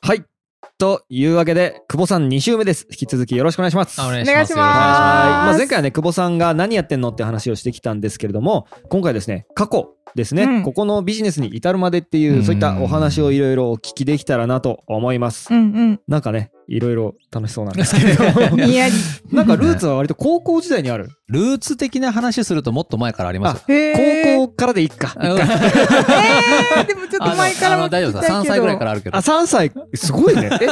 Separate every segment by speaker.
Speaker 1: はい。というわけで、久保さん2週目です。引き続きよろしくお願いします。
Speaker 2: あお願い
Speaker 3: お
Speaker 2: し
Speaker 3: 願
Speaker 2: ま
Speaker 3: い
Speaker 2: す
Speaker 3: し
Speaker 2: よろくお願いし
Speaker 1: はい
Speaker 3: ます。
Speaker 1: まあ、前回はね、久保さんが何やってんのって話をしてきたんですけれども、今回ですね、過去ですね、
Speaker 3: うん
Speaker 1: ここのビジネスに至るまでっていう、そういったお話をいろいろお聞きできたらなと思います。
Speaker 3: うん
Speaker 1: なんかね、いろいろ楽しそうなんですけれど
Speaker 3: う ん。
Speaker 1: も、
Speaker 3: にやり。
Speaker 1: なんかルーツは割と高校時代にある。
Speaker 2: ルーツ的な話するともっと前からありますよ。
Speaker 1: 高
Speaker 3: 高
Speaker 1: 校からでいっか。
Speaker 2: あ
Speaker 3: 校。えー、でもちょっと前から
Speaker 2: あの
Speaker 3: も
Speaker 2: あの
Speaker 3: 聞きた
Speaker 2: 大丈
Speaker 3: いけ
Speaker 2: 夫
Speaker 3: ど。
Speaker 2: です。3歳ぐらいからあるけど。
Speaker 1: あ、3歳、すごいね。え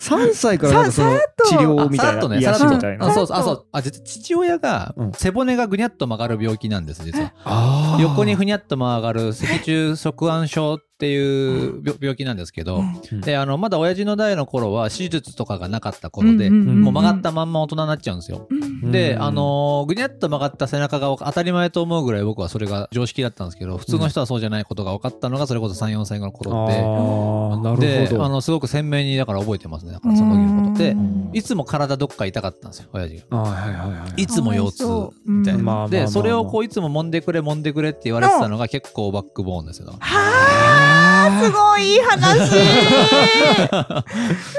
Speaker 1: 3歳からなんかその治療
Speaker 2: あ
Speaker 1: み
Speaker 2: さ
Speaker 1: たい
Speaker 2: らっ
Speaker 1: な、
Speaker 2: とね、
Speaker 1: 癒
Speaker 2: さらっ
Speaker 1: し
Speaker 2: と
Speaker 1: みたいな。
Speaker 2: あ、
Speaker 1: あ
Speaker 2: そうそう、あ、そう、あ、実は父親が
Speaker 1: うん
Speaker 2: 背骨がぐにゃっと曲がる病気なんです、実は。
Speaker 1: あー
Speaker 2: 横にふにゃっと曲がる脊柱側腕症っていう病病気なんですけど、
Speaker 1: うん
Speaker 2: であのまだ親父の代の頃は手術とかがなかった頃で、もう曲がったまんま大人になっちゃうんですよ。
Speaker 3: うん。
Speaker 2: で、
Speaker 1: うん
Speaker 2: あのーぐにゃっと曲がった背中が当たり前と思うぐらい僕はそれが常識だったんですけど普通の人はそうじゃないことが分かったのがそれこそ34歳の頃
Speaker 1: あ
Speaker 2: で、
Speaker 1: ーなる
Speaker 2: で
Speaker 1: ほど。
Speaker 2: あのすごく鮮明にだから覚えてますねだからその時のことで
Speaker 3: うん
Speaker 2: いつも体どっか痛かったんですよ親父が。
Speaker 1: あーはいはいはい。
Speaker 2: いつも腰痛みたい
Speaker 3: うん
Speaker 1: まあまあまあま
Speaker 2: な。
Speaker 1: あ
Speaker 2: でそれをこういつも揉んでくれ揉んでくれって言われてたのが結構バックボーンですよ。だから
Speaker 3: はあ、すごいいい話。めっちゃいい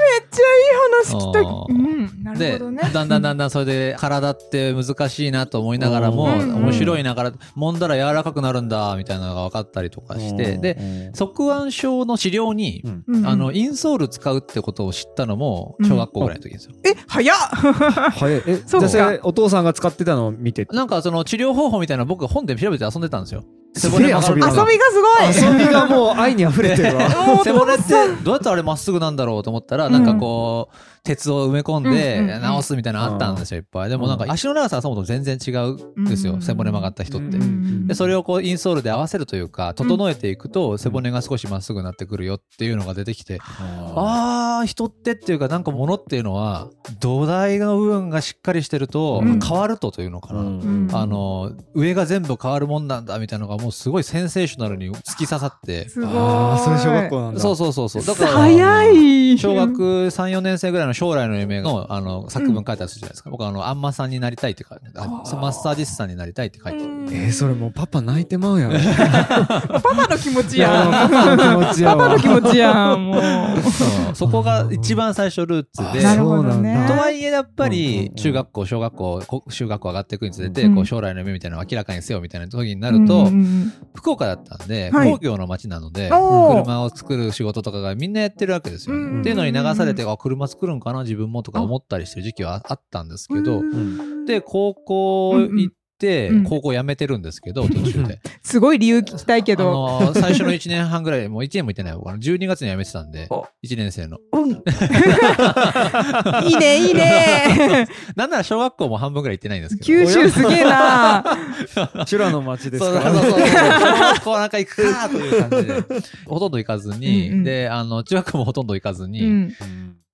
Speaker 3: 話聞きたい。
Speaker 2: あー
Speaker 3: うん、なる
Speaker 2: で
Speaker 3: ほどね。
Speaker 2: だんだんだんだんそれで体って難しいなと思いながらも
Speaker 1: うん
Speaker 2: 面白いながら揉んだら柔らかくなるんだみたいなのが分かったりとかして
Speaker 1: うん
Speaker 2: で、側腕症の治療に、
Speaker 1: うん
Speaker 3: うん
Speaker 2: あのインソール使うってことを知ったのも
Speaker 3: うん
Speaker 2: 小学校ぐらいの時ですよ、
Speaker 3: え、早っ
Speaker 1: はい、え、じ
Speaker 3: そ
Speaker 1: ゃあ
Speaker 3: うか
Speaker 1: それお父さんが使ってたのを見て。
Speaker 2: なんかその治療方法みたいなの僕本で調べて遊んでたんですよ
Speaker 1: す
Speaker 2: 背
Speaker 1: げえ
Speaker 2: 骨曲がる
Speaker 3: 遊びが
Speaker 2: の
Speaker 3: す
Speaker 2: が
Speaker 3: ごい
Speaker 1: 遊びがもう愛に溢れてるわ。
Speaker 3: もう
Speaker 2: 背骨ってどうやってあれまっすぐなんだろうと思ったら、
Speaker 3: うん
Speaker 2: なんかこう鉄を埋め込ん
Speaker 3: うん
Speaker 2: で
Speaker 3: うん
Speaker 2: 直すみたいなのあったんですよいっぱいでもなんか足の長さはそもそも全然違うんですよ、
Speaker 3: うん
Speaker 2: 背骨曲がった人って、
Speaker 1: うん
Speaker 2: でそれ
Speaker 3: を、
Speaker 2: をこうインソールで合わせるというか整えていくと背骨が少しまっすぐになってくるよっていうのが出てきて、
Speaker 1: あ
Speaker 2: あー人ってっていうかなんか物っていうのは土台の部分がしっかりしてると
Speaker 3: うん
Speaker 2: 変わるとというのかな、
Speaker 3: うん
Speaker 2: あの上が全部変わるもんなんだみたいなのがもうすごいセンセーショナルに突き刺さって
Speaker 3: すごい。
Speaker 1: あー、それ小学校なんだ。
Speaker 2: そうそうそうそうだから
Speaker 3: 早い。
Speaker 2: 小学34年生ぐらいの将来の夢のあの作文書いたりするじゃないですか、僕はあのあんまさんになりたいって書いてあ
Speaker 3: あー
Speaker 2: マッサージ師さんになりたいって書いてある
Speaker 3: うん
Speaker 1: えー、それもうパパ泣いてまうやん。い
Speaker 3: パパの気持ち
Speaker 1: や
Speaker 3: や
Speaker 1: ー、
Speaker 3: ん。
Speaker 1: パパの気持ちや
Speaker 3: パパ
Speaker 1: わ
Speaker 3: の。気持ちやん、もう。
Speaker 2: そうそこが一番最初ルーツで
Speaker 3: なるほどね
Speaker 1: そうなんだ
Speaker 2: とはいえやっぱ
Speaker 1: うんうんう
Speaker 2: り
Speaker 1: ん
Speaker 2: 中学校小学校こ中学校上がっていくにつれて
Speaker 3: うん
Speaker 2: こう将来の夢みたいなのを明らかにせよみたいな時になると
Speaker 3: うんうん
Speaker 2: 福岡だったんで
Speaker 3: はい
Speaker 2: 工業の街なので
Speaker 3: おー
Speaker 2: 車を作る仕事とかがみんなやってるわけですよ
Speaker 3: うんうんう
Speaker 2: ね。
Speaker 3: ん
Speaker 2: っていうのに流されてあ車作るんかな自分もとか思ったりしてる時期はあったんですけど
Speaker 3: うん
Speaker 2: で高校行って
Speaker 3: うんうん
Speaker 2: 高校辞めてるんですけど途中で。
Speaker 3: すごい理由聞きたいけ
Speaker 2: あ
Speaker 3: ど。
Speaker 2: の最初の1年半ぐらいもう1年も行ってない僕あの12月に辞めてたんで
Speaker 3: お
Speaker 2: 1年生の。
Speaker 3: うんいいね、い いね。
Speaker 2: なんなら小学校も半分ぐらい行ってないんですけど。
Speaker 3: 九州すげえな。
Speaker 1: 修羅の街です
Speaker 2: そう
Speaker 1: か
Speaker 2: そう
Speaker 1: ら。
Speaker 2: そうそう。 小学校なんか行くかという感じで。ほとんど行かずに、
Speaker 3: うんうん
Speaker 2: で、あの、中学校もほとんど行かずに、
Speaker 3: うん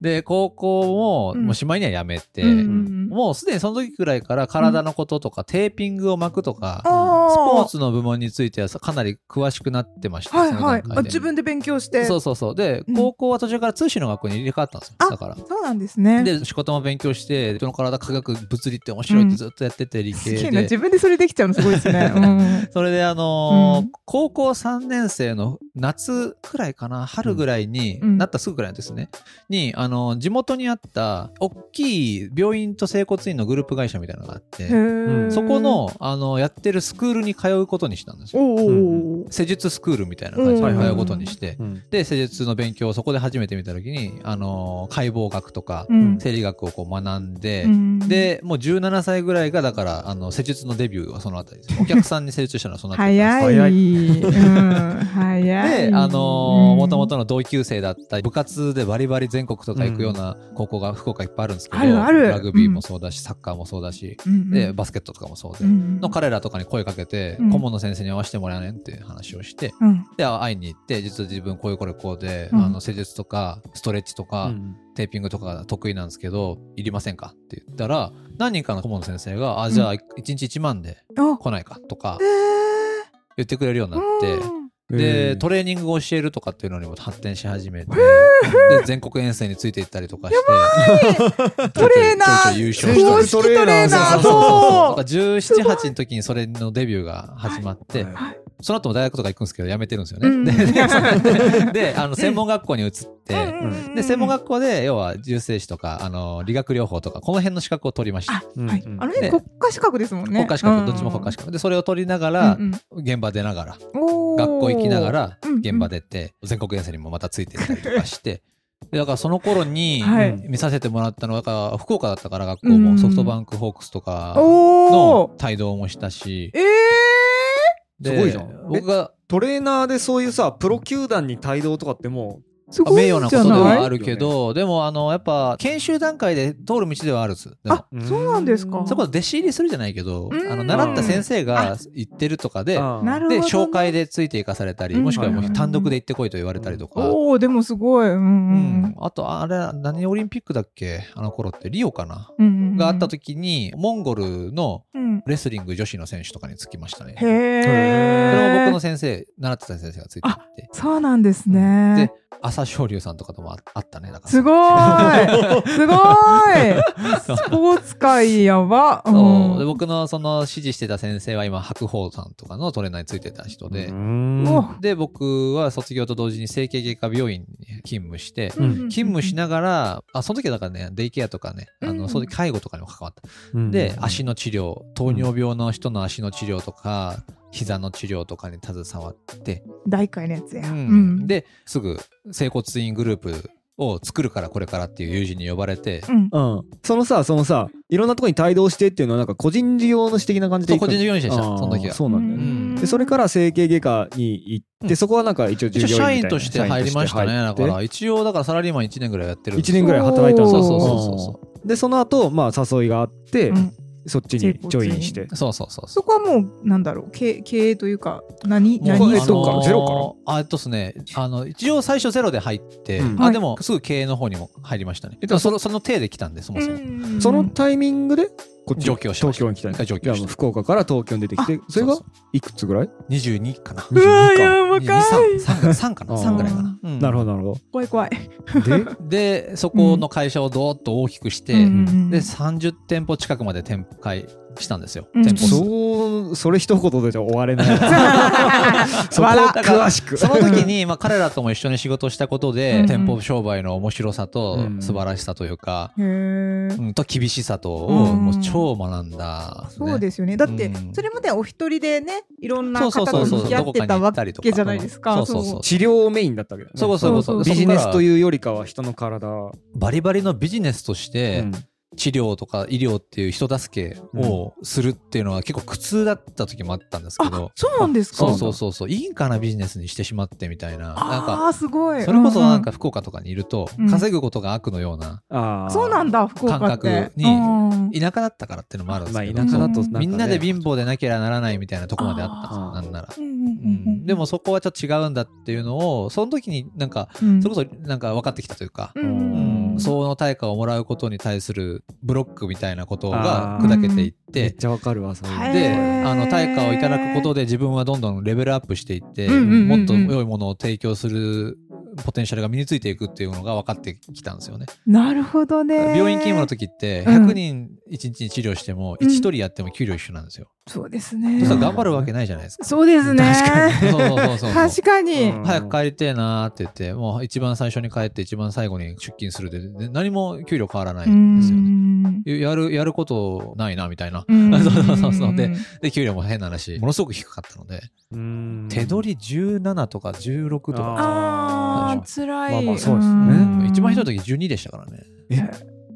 Speaker 2: で、高校も、
Speaker 3: うん
Speaker 2: もうしまいには辞めて、
Speaker 3: うん
Speaker 2: もうすでにその時くらいから体のこととか、テーピングを巻くとか、
Speaker 3: あー
Speaker 2: スポーツの部門についてはかなり詳しくなってました。
Speaker 3: はい
Speaker 2: その
Speaker 3: は
Speaker 2: 段
Speaker 3: い
Speaker 2: 階。で
Speaker 3: あ自分で勉強して。
Speaker 2: そうそうそう。で
Speaker 3: う、ん
Speaker 2: 高校は途中から通信の学校に入れ替わったんですよ。
Speaker 3: あ
Speaker 2: だから。
Speaker 3: そうなんですね。
Speaker 2: で、仕事も勉強して、人の体科学、物理って面白いってずっとやってて、理
Speaker 3: す
Speaker 2: 系
Speaker 3: げえな
Speaker 2: で。
Speaker 3: 自分でそれできちゃうのすごいで すね。うん
Speaker 2: それであのー
Speaker 3: うん
Speaker 2: 高校3年生の夏くらいかな春ぐらいに、
Speaker 3: うん
Speaker 2: なったすぐくらいですねに、あのー地元にあった大きい病院と整骨院のグループ会社みたいなのがあっ
Speaker 3: へ
Speaker 2: て
Speaker 3: ー
Speaker 2: そこの、あのーやってるスクールに通うことにしたんですよ
Speaker 3: おうおうおう
Speaker 2: 施術スクールみたいな感じで通うことにして、
Speaker 1: うん
Speaker 2: で施術の勉強をそこで初めて見た時に、あのー解剖学とか、
Speaker 3: うん
Speaker 2: 生理学をこう学んで、
Speaker 3: うん
Speaker 2: で、もう17歳ぐらいが、だから、あの、施術のデビューはそのあたりです。お客さんに施術したのはそのあたりです。
Speaker 3: 早
Speaker 1: 早
Speaker 3: い。うん早い。
Speaker 2: で、あのー、もとも
Speaker 3: と
Speaker 2: との同級生だったり、部活でバリバリ全国とか行くような高校が福岡いっぱいあるんですけど、
Speaker 3: あるある
Speaker 2: ラグビーもそうだし、サッカーもそうだし、で、バスケットとかもそうで、の
Speaker 3: の
Speaker 2: 彼らとかに声かけて、
Speaker 3: うん
Speaker 2: 顧問の先生に会わせてもらえねんっていう話をして、
Speaker 3: うん
Speaker 2: で、会いに行って、実は自分こういうこれこうで、
Speaker 3: うん
Speaker 2: あの、施術とか、ストレッチとか、テーピングとかが得意なんですけど、いりませんかって言ったら、何人かの顧問の先生が、あ、じゃあ、1日1万で
Speaker 3: あ
Speaker 2: 来ないかとか
Speaker 3: へー
Speaker 2: 言ってくれるようにな
Speaker 3: う
Speaker 2: っ
Speaker 3: ん
Speaker 2: て、で、トレーニングを教えるとかっていうのにも発展し始めて、で、全国遠征について行ったりとかして、
Speaker 3: トレーナー
Speaker 2: ちょいちょい優勝し
Speaker 3: 公
Speaker 2: た
Speaker 3: 式トレーナー
Speaker 2: り
Speaker 3: だ
Speaker 2: そうそうそうそう。だか
Speaker 3: そ
Speaker 2: ら17、8の時にそれのデビューが始まって、
Speaker 1: はい
Speaker 2: その後も大学とか行くんですけど、辞めてるんですよね。
Speaker 3: うん
Speaker 2: で でで、あの、専門学校に移って、
Speaker 1: うん
Speaker 2: で、専門学校で、要は、重生士とか、あの、理学療法とか、この辺の資格を取りました。
Speaker 1: うん
Speaker 3: はい、あの辺
Speaker 2: で
Speaker 3: 国家資格ですもんね。
Speaker 2: 国家資格、どっちも国家資格。で、それを取りながら
Speaker 3: う、ん
Speaker 2: 現場出ながら、
Speaker 3: うん
Speaker 2: 学校行きなが、ら
Speaker 3: うんうん
Speaker 2: 現場出て、全国遠征にもまたついてったりとかして。 でだからその頃に
Speaker 3: はい
Speaker 2: 見させてもらったのは、だから福岡だったから学校
Speaker 3: う
Speaker 2: も
Speaker 3: ん
Speaker 2: ソフトバンクホークスとか
Speaker 3: お
Speaker 2: の
Speaker 3: おー。
Speaker 2: 帯同もしたし、
Speaker 3: ええ
Speaker 2: です
Speaker 1: ごいじゃん
Speaker 2: 僕が
Speaker 1: トレーナーでそういうさ、プロ球団に帯同とかっても
Speaker 3: ー、す
Speaker 2: まあ
Speaker 3: ごい
Speaker 2: 名
Speaker 3: じゃ
Speaker 2: 誉
Speaker 3: な
Speaker 2: ないことではあるけど、でもあのやっぱ研修段階で通る道ではあるんです。でも
Speaker 3: あ、そうなんですか。
Speaker 2: そこは弟子入りするじゃないけど
Speaker 3: う、ん
Speaker 2: あの習った先生が行ってるとかで、
Speaker 1: ああ
Speaker 3: なるほ
Speaker 2: で
Speaker 3: ど、ね。
Speaker 2: 紹介でついて行かされたり、もしくはも
Speaker 1: う
Speaker 2: うん単独で行ってこいと言われたりとか。
Speaker 3: おお、でもすごい。うん
Speaker 2: う
Speaker 3: うん
Speaker 2: ん、あとあれ何オリンピックだっけあの頃ってリオかな、
Speaker 3: うんうんうん。
Speaker 2: があった時にモンゴルの
Speaker 3: うん。
Speaker 2: レスリング女子の選手とかにつきましたね
Speaker 3: へ
Speaker 2: それも僕の
Speaker 3: え。
Speaker 2: 先生習ってた先生がついていって
Speaker 3: そうなんです
Speaker 2: で
Speaker 3: ね。
Speaker 2: 朝青龍さんとかともああったねだから
Speaker 3: すごい。すごい。スポーツ界やば。う
Speaker 2: そうで
Speaker 3: ん。
Speaker 2: 僕のその指示してた先生は今白鵬さんとかのトレーナーについてた人で、
Speaker 3: お
Speaker 2: で僕は卒業と同時に整形外科病院に勤務して、
Speaker 1: うん
Speaker 2: 勤務しながらあその時はだからねデイケアとかねあ
Speaker 3: うん
Speaker 2: のそういう介護とかにも関わった
Speaker 1: で
Speaker 2: で、足の治療糖尿病の人の足の治療とか、膝の治療とかに携わって、
Speaker 3: 大会のやつや。うん、
Speaker 2: ですぐ整骨院グループを作るからこれからっていう友人に呼ばれて、
Speaker 3: うん、
Speaker 1: うん、そのさそのさいろんなとこに帯同してっていうのはなんか個人事業主的な感じで
Speaker 2: そ
Speaker 1: 行
Speaker 2: こ
Speaker 1: く
Speaker 2: で事業主でした
Speaker 1: あー
Speaker 2: その時は
Speaker 1: そうなんだよね、
Speaker 2: うん
Speaker 1: でそれから整形外科に行って、
Speaker 2: うん
Speaker 1: そこはなんか一応
Speaker 2: 一
Speaker 1: 従
Speaker 2: 応
Speaker 1: 業員みたいな
Speaker 2: 社員として入りましたね
Speaker 1: 社員
Speaker 2: だ
Speaker 1: として
Speaker 2: か
Speaker 1: 入っ
Speaker 2: ら一応だからサラリーマン1年ぐらいやってる
Speaker 1: て
Speaker 2: んです
Speaker 1: 1年ぐらい働いたんだ
Speaker 2: そうそうそうそうそう
Speaker 1: でその後まあ誘いがあって、
Speaker 3: うん
Speaker 1: そっちにジョインして
Speaker 2: うそうそうそう
Speaker 3: そこはもうなんだろう経経営というか何
Speaker 2: もう
Speaker 3: 何
Speaker 1: え
Speaker 3: を
Speaker 1: っと
Speaker 2: あのー
Speaker 1: ゼロ
Speaker 2: あえっとですねあの一応最初ゼロで入って、
Speaker 1: うん
Speaker 3: は
Speaker 2: あ
Speaker 3: い
Speaker 2: でもすぐ経営の方にも入りましたね、
Speaker 1: えでも
Speaker 2: そのその体で来たんでそもそも、
Speaker 1: そのタイミングでこっち
Speaker 2: 上京しま
Speaker 1: 東
Speaker 2: した
Speaker 1: 京に来た
Speaker 2: 一回上京
Speaker 1: い
Speaker 2: し
Speaker 1: や
Speaker 2: た
Speaker 1: 福岡から東京に出てきてそれが
Speaker 2: う
Speaker 1: いくつぐらい
Speaker 2: 22かな
Speaker 3: うわ
Speaker 1: 22か
Speaker 3: やばかい
Speaker 2: 3, 三かな
Speaker 1: あー
Speaker 2: 3ぐらいかな、
Speaker 1: なるほ
Speaker 2: ど
Speaker 1: どなるほ
Speaker 3: 怖い怖い
Speaker 1: どで
Speaker 2: でそこの会社をどーっと大きくして、
Speaker 3: うん
Speaker 2: で30店舗近くまで展開したんですよ、
Speaker 3: うん
Speaker 2: 店舗数
Speaker 1: そうそれ一言でじゃ終われ ないわそこ
Speaker 3: 笑
Speaker 1: 詳しく
Speaker 2: その時に、まあ、彼らとも一緒に仕事をしたことで、
Speaker 3: うん
Speaker 2: 店舗商売の面白さと
Speaker 1: うん
Speaker 2: 素晴らしさというか、
Speaker 3: へえ
Speaker 2: うん、と厳しさとを
Speaker 3: うん
Speaker 2: もう超学んだ、ね、
Speaker 3: そうですよねだって
Speaker 2: うん
Speaker 3: それまではお一人でねいろんな
Speaker 2: そう
Speaker 3: 方
Speaker 2: そう
Speaker 3: と
Speaker 2: そうそう
Speaker 3: 付き合ってたわけじゃないです
Speaker 2: ど
Speaker 3: か
Speaker 2: こかに行ったりとかそうそうそう
Speaker 1: 治療をメインだったわけだよね
Speaker 2: そうこそこ
Speaker 3: そ
Speaker 2: そ
Speaker 3: うそう
Speaker 1: ビジネスと
Speaker 2: う
Speaker 1: いうよりかは人の体を、
Speaker 2: バリバリのビジネスとして、
Speaker 1: うん
Speaker 2: 治療とか医療っていう人助けをするっていうのは結構苦痛だった時もあったんですけど、
Speaker 3: あそうなんですか
Speaker 2: そうそうそうそういいんかなビジネスにしてしまってみたいななん
Speaker 3: あ
Speaker 2: か
Speaker 3: あすごい
Speaker 2: それこそなんか福岡とかにいると、
Speaker 3: うん
Speaker 2: 稼ぐことが悪のような
Speaker 1: あー
Speaker 3: うんそうなんだ福岡っ
Speaker 2: 感
Speaker 3: て
Speaker 2: 覚に
Speaker 3: うん
Speaker 2: 田舎だったからっていうのもあるんです
Speaker 1: まあ
Speaker 2: け
Speaker 1: 田
Speaker 2: ど、
Speaker 1: 舎だと
Speaker 3: うん
Speaker 1: かね
Speaker 2: みんなで貧乏でなければならないみたいなとこまであったんですよ
Speaker 1: あー
Speaker 2: なんなら、
Speaker 3: うん
Speaker 2: う
Speaker 3: うんうん
Speaker 2: ん、でもそこはちょっと違うんだっていうのをその時になんか
Speaker 3: うん
Speaker 2: それこそなんか分かってきたというか、
Speaker 3: うん
Speaker 2: うんその対価をもらうことに対するブロックみたいなことが砕けていっ
Speaker 1: めってちゃわかるわそれ
Speaker 3: はい
Speaker 2: で
Speaker 3: へー
Speaker 2: あの対価をいただくことで自分はどんどんレベルアップしていって、
Speaker 3: うんうんうんうん
Speaker 2: もっと良いものを提供するポテンシャルが身についていくっていうのが分かってきたんですよね。
Speaker 3: なるほどね
Speaker 2: 病院勤務の時って
Speaker 3: うん
Speaker 2: 100人1日に治療しても
Speaker 3: うん
Speaker 2: 1人やっても給料一緒なんですよ。
Speaker 3: そうです
Speaker 2: そ
Speaker 3: ね
Speaker 2: したら頑張るわけないじゃないですか。
Speaker 3: そうですね
Speaker 2: そうそうそうそう
Speaker 3: 確かに
Speaker 1: うん
Speaker 2: 早く帰りてえなーって言ってもう一番最初に帰って一番最後に出勤するでで何も給料変わらないんですよね。
Speaker 3: ね
Speaker 2: やるやることないなみたいな。
Speaker 3: うん
Speaker 2: そうそうそうそうでで給料も変な話ものすごく低かったので。手取り17とか16とか、
Speaker 3: あ
Speaker 1: あ
Speaker 3: あ辛い、
Speaker 1: まあまあそうですね
Speaker 3: ん
Speaker 2: 一番ひどい時12でしたからね
Speaker 1: り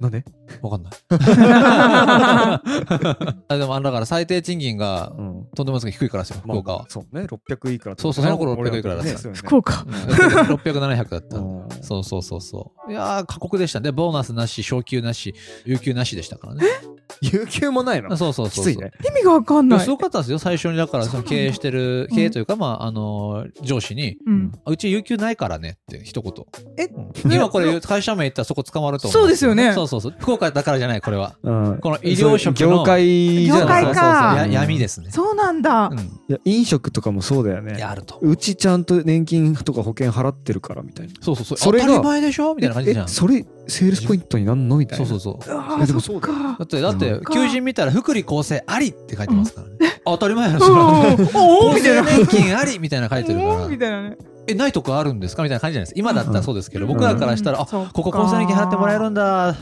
Speaker 1: なんで
Speaker 2: わかんないあでもあだから最低賃金が
Speaker 1: うん
Speaker 2: とんでもなく低いからですよ福岡は、
Speaker 1: そうね600いくら
Speaker 2: そうそうその頃600いくらだった
Speaker 3: 福岡
Speaker 2: 600700だった
Speaker 1: うん
Speaker 2: そうそうそうそういやー過酷でしたでボーナスなし昇給なし有給なしでしたからね
Speaker 1: 有給もないの
Speaker 2: そうそうそう
Speaker 1: き
Speaker 2: そう
Speaker 1: ついね
Speaker 3: 意味がわかん
Speaker 2: いや
Speaker 3: ない
Speaker 2: すごかったんですよ最初にだからその
Speaker 3: そうなんだ
Speaker 2: 経営してる経営というか、まああのー上司に
Speaker 3: うん、
Speaker 2: あうち有給ないからねって一言。
Speaker 3: え
Speaker 2: うん今これ会社名言ったらそこ捕まると思う。
Speaker 3: そうですよね
Speaker 2: そうそうそう。福岡だからじゃない、これは。
Speaker 1: うん
Speaker 2: この医療職の
Speaker 1: 業界じゃ
Speaker 3: 業界
Speaker 1: ない
Speaker 3: か
Speaker 2: そうそうそうや闇ですね。
Speaker 3: そうなんだ、
Speaker 2: うん。
Speaker 1: いや飲食とかもそうだよ
Speaker 2: い
Speaker 1: ね
Speaker 2: やあると。
Speaker 1: うちちゃんと年金とか保険払ってるからみたいな
Speaker 2: そうそうそう。
Speaker 1: それが
Speaker 2: 当たり前でしょみたいな感じじゃ
Speaker 1: ええ
Speaker 2: ん。そ
Speaker 1: それセールスポイントになんのみたいうな
Speaker 2: そう
Speaker 1: う
Speaker 2: そう。
Speaker 3: あ
Speaker 1: いや
Speaker 3: あ
Speaker 1: で
Speaker 3: そ
Speaker 1: も
Speaker 3: っか
Speaker 2: だって、だって
Speaker 1: う、
Speaker 2: 求人見たら、福利厚生ありって書いてますからね。当たり前やろ、それは。
Speaker 3: うんおおみたいな。
Speaker 2: 厚生年金ありみたいな書いてるか
Speaker 3: おお
Speaker 2: ら
Speaker 3: み、たいなね。
Speaker 2: え、ないとこあるんですかみたいな感じじゃないですか。今だったらそうですけど、
Speaker 1: ん
Speaker 2: 僕らからしたら、あ、
Speaker 3: こ
Speaker 2: ここ厚生年金払ってもらえるん
Speaker 3: だ。
Speaker 2: だ。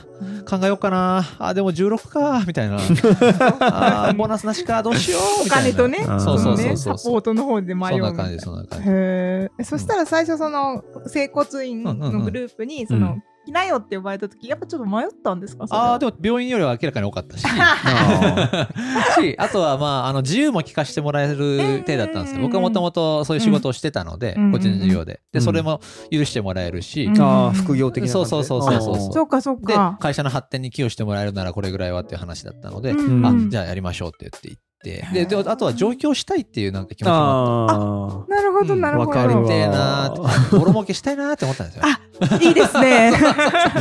Speaker 2: 考えようかな。あ、でも16か。みたいな。あーボーナスなしか。どうしよう。
Speaker 3: お
Speaker 2: みたいな
Speaker 3: 金とね、
Speaker 1: ん
Speaker 2: そうそう
Speaker 3: の
Speaker 2: そ
Speaker 3: ね
Speaker 2: うそ
Speaker 3: サ
Speaker 2: う。
Speaker 3: ポートの方で
Speaker 2: そ
Speaker 3: 迷う
Speaker 2: ん
Speaker 3: みた
Speaker 2: ない
Speaker 3: な
Speaker 2: 感じ、そんな感じ。
Speaker 3: へえ。そしたら最初その整骨院のグループにそ
Speaker 1: うんうんう
Speaker 3: の来なよって呼ばれた時やっぱちょっと迷ったんですか。それは
Speaker 2: ああ、でも病院よりは明らかに多かったし。
Speaker 1: あー
Speaker 2: し、あとはまあ、あの、自由も聞かせてもらえる手だったんですよ。
Speaker 3: うん
Speaker 2: 僕はもともとそういう仕事をしてたので、
Speaker 3: うん
Speaker 2: 個人事業で。
Speaker 1: う
Speaker 2: で、
Speaker 1: ん
Speaker 2: それも許してもらえるし、
Speaker 3: うん
Speaker 1: あー、副業的な感じで。
Speaker 2: そうそうそうそうそう
Speaker 3: そうかそう
Speaker 2: で
Speaker 3: か。
Speaker 2: 会社の発展に寄与してもらえるならこれぐらいはっていう話だったので、
Speaker 3: うん
Speaker 2: あ
Speaker 3: うん
Speaker 2: じゃあやりましょうって言って行ってでであとは上京したいっていうなんか気持ちもあっ
Speaker 1: あ
Speaker 3: なるほど
Speaker 2: うん
Speaker 3: な
Speaker 1: あ、
Speaker 3: る
Speaker 1: わ
Speaker 3: ほ
Speaker 1: かる
Speaker 2: 見
Speaker 3: ど。
Speaker 2: てえ
Speaker 1: わ
Speaker 2: な。てボロ儲けしたいなって思ったんですよ。
Speaker 3: あいいで すね。
Speaker 1: も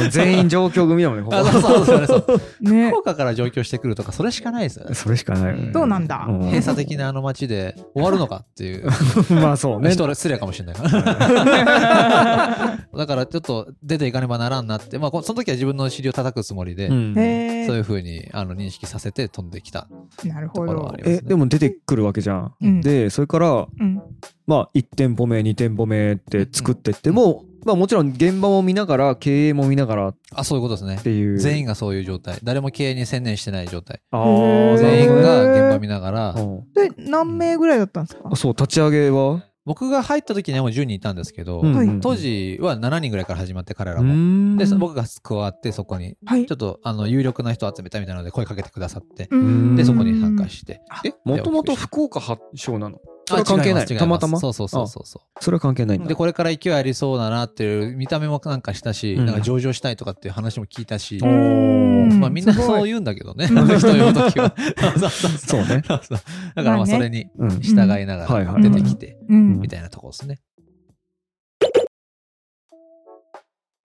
Speaker 1: う全員状況組だもんね、ほ
Speaker 2: あ
Speaker 1: ぼ
Speaker 2: そうそうそうそう
Speaker 3: ね
Speaker 2: 福。岡から上京してくるとかそれしかないですよね。
Speaker 1: それしかないよね。
Speaker 3: どうなんだ
Speaker 1: う
Speaker 2: 閉鎖的なあの街で終わるのかっていう
Speaker 1: まあそうね。
Speaker 2: 人は失礼かもしれないから だからちょっと出ていかねばならんなって、まあ、こその時は自分の尻を叩くつもりで、
Speaker 1: うん
Speaker 3: へえ
Speaker 2: そういうふうにあの認識させて飛んできた
Speaker 3: なる
Speaker 2: とこ
Speaker 3: ほ
Speaker 2: ろは
Speaker 3: ど
Speaker 2: あ。ります、ね
Speaker 1: え、でも出てくるわけじゃん。
Speaker 3: うん
Speaker 1: で、それから、
Speaker 3: うん。
Speaker 1: まあ1店舗目、2店舗目って作ってっても、まあもちろん現場も見ながら、経営も見ながらっ
Speaker 2: あそういうことですね
Speaker 1: ていう。
Speaker 2: 全員がそういう状態誰も経営に専念してない状態
Speaker 1: あー
Speaker 2: 全員
Speaker 1: なる
Speaker 2: が
Speaker 3: へー
Speaker 2: 現場見ながら
Speaker 1: ほどうん
Speaker 3: で何名ぐらいだったんですか
Speaker 1: あ。そう、立ち上げは
Speaker 2: 僕が入った時にはもう10人いたんですけど、
Speaker 1: うん
Speaker 3: はい
Speaker 2: 当時は7人ぐらいから始まって彼ら
Speaker 1: う
Speaker 2: も、
Speaker 1: ん。
Speaker 2: でそ僕が加わってそこに
Speaker 3: はい
Speaker 2: ちょ。っとあの有力な人集めたみたいなので声かけてくださって
Speaker 3: うん
Speaker 2: でそこに参加して
Speaker 1: え、もともと福岡発祥なのそれ
Speaker 2: あ
Speaker 1: は関係ない
Speaker 2: 違ます
Speaker 1: たまたま
Speaker 2: そうそうそうそうそう
Speaker 1: それは関係ないんだ
Speaker 2: で。これから勢いありそうだなっていう見た目もなんかしたし、
Speaker 1: うん
Speaker 2: なんか上場したいとかっていう話も聞いたし、
Speaker 1: おー
Speaker 2: まあ、みんなそう
Speaker 3: い
Speaker 2: 言うんだけどね、
Speaker 3: すごい
Speaker 2: あの人呼ぶ時はそうそうそ
Speaker 1: そう
Speaker 2: う
Speaker 1: ね。
Speaker 2: そうそうだからま
Speaker 3: まあ
Speaker 2: あ
Speaker 3: ね
Speaker 2: それに
Speaker 1: うん。
Speaker 2: 従いなが
Speaker 1: はい
Speaker 2: ら
Speaker 1: はい
Speaker 2: 出てきて、
Speaker 3: う。うん。
Speaker 2: みたいなとこですね。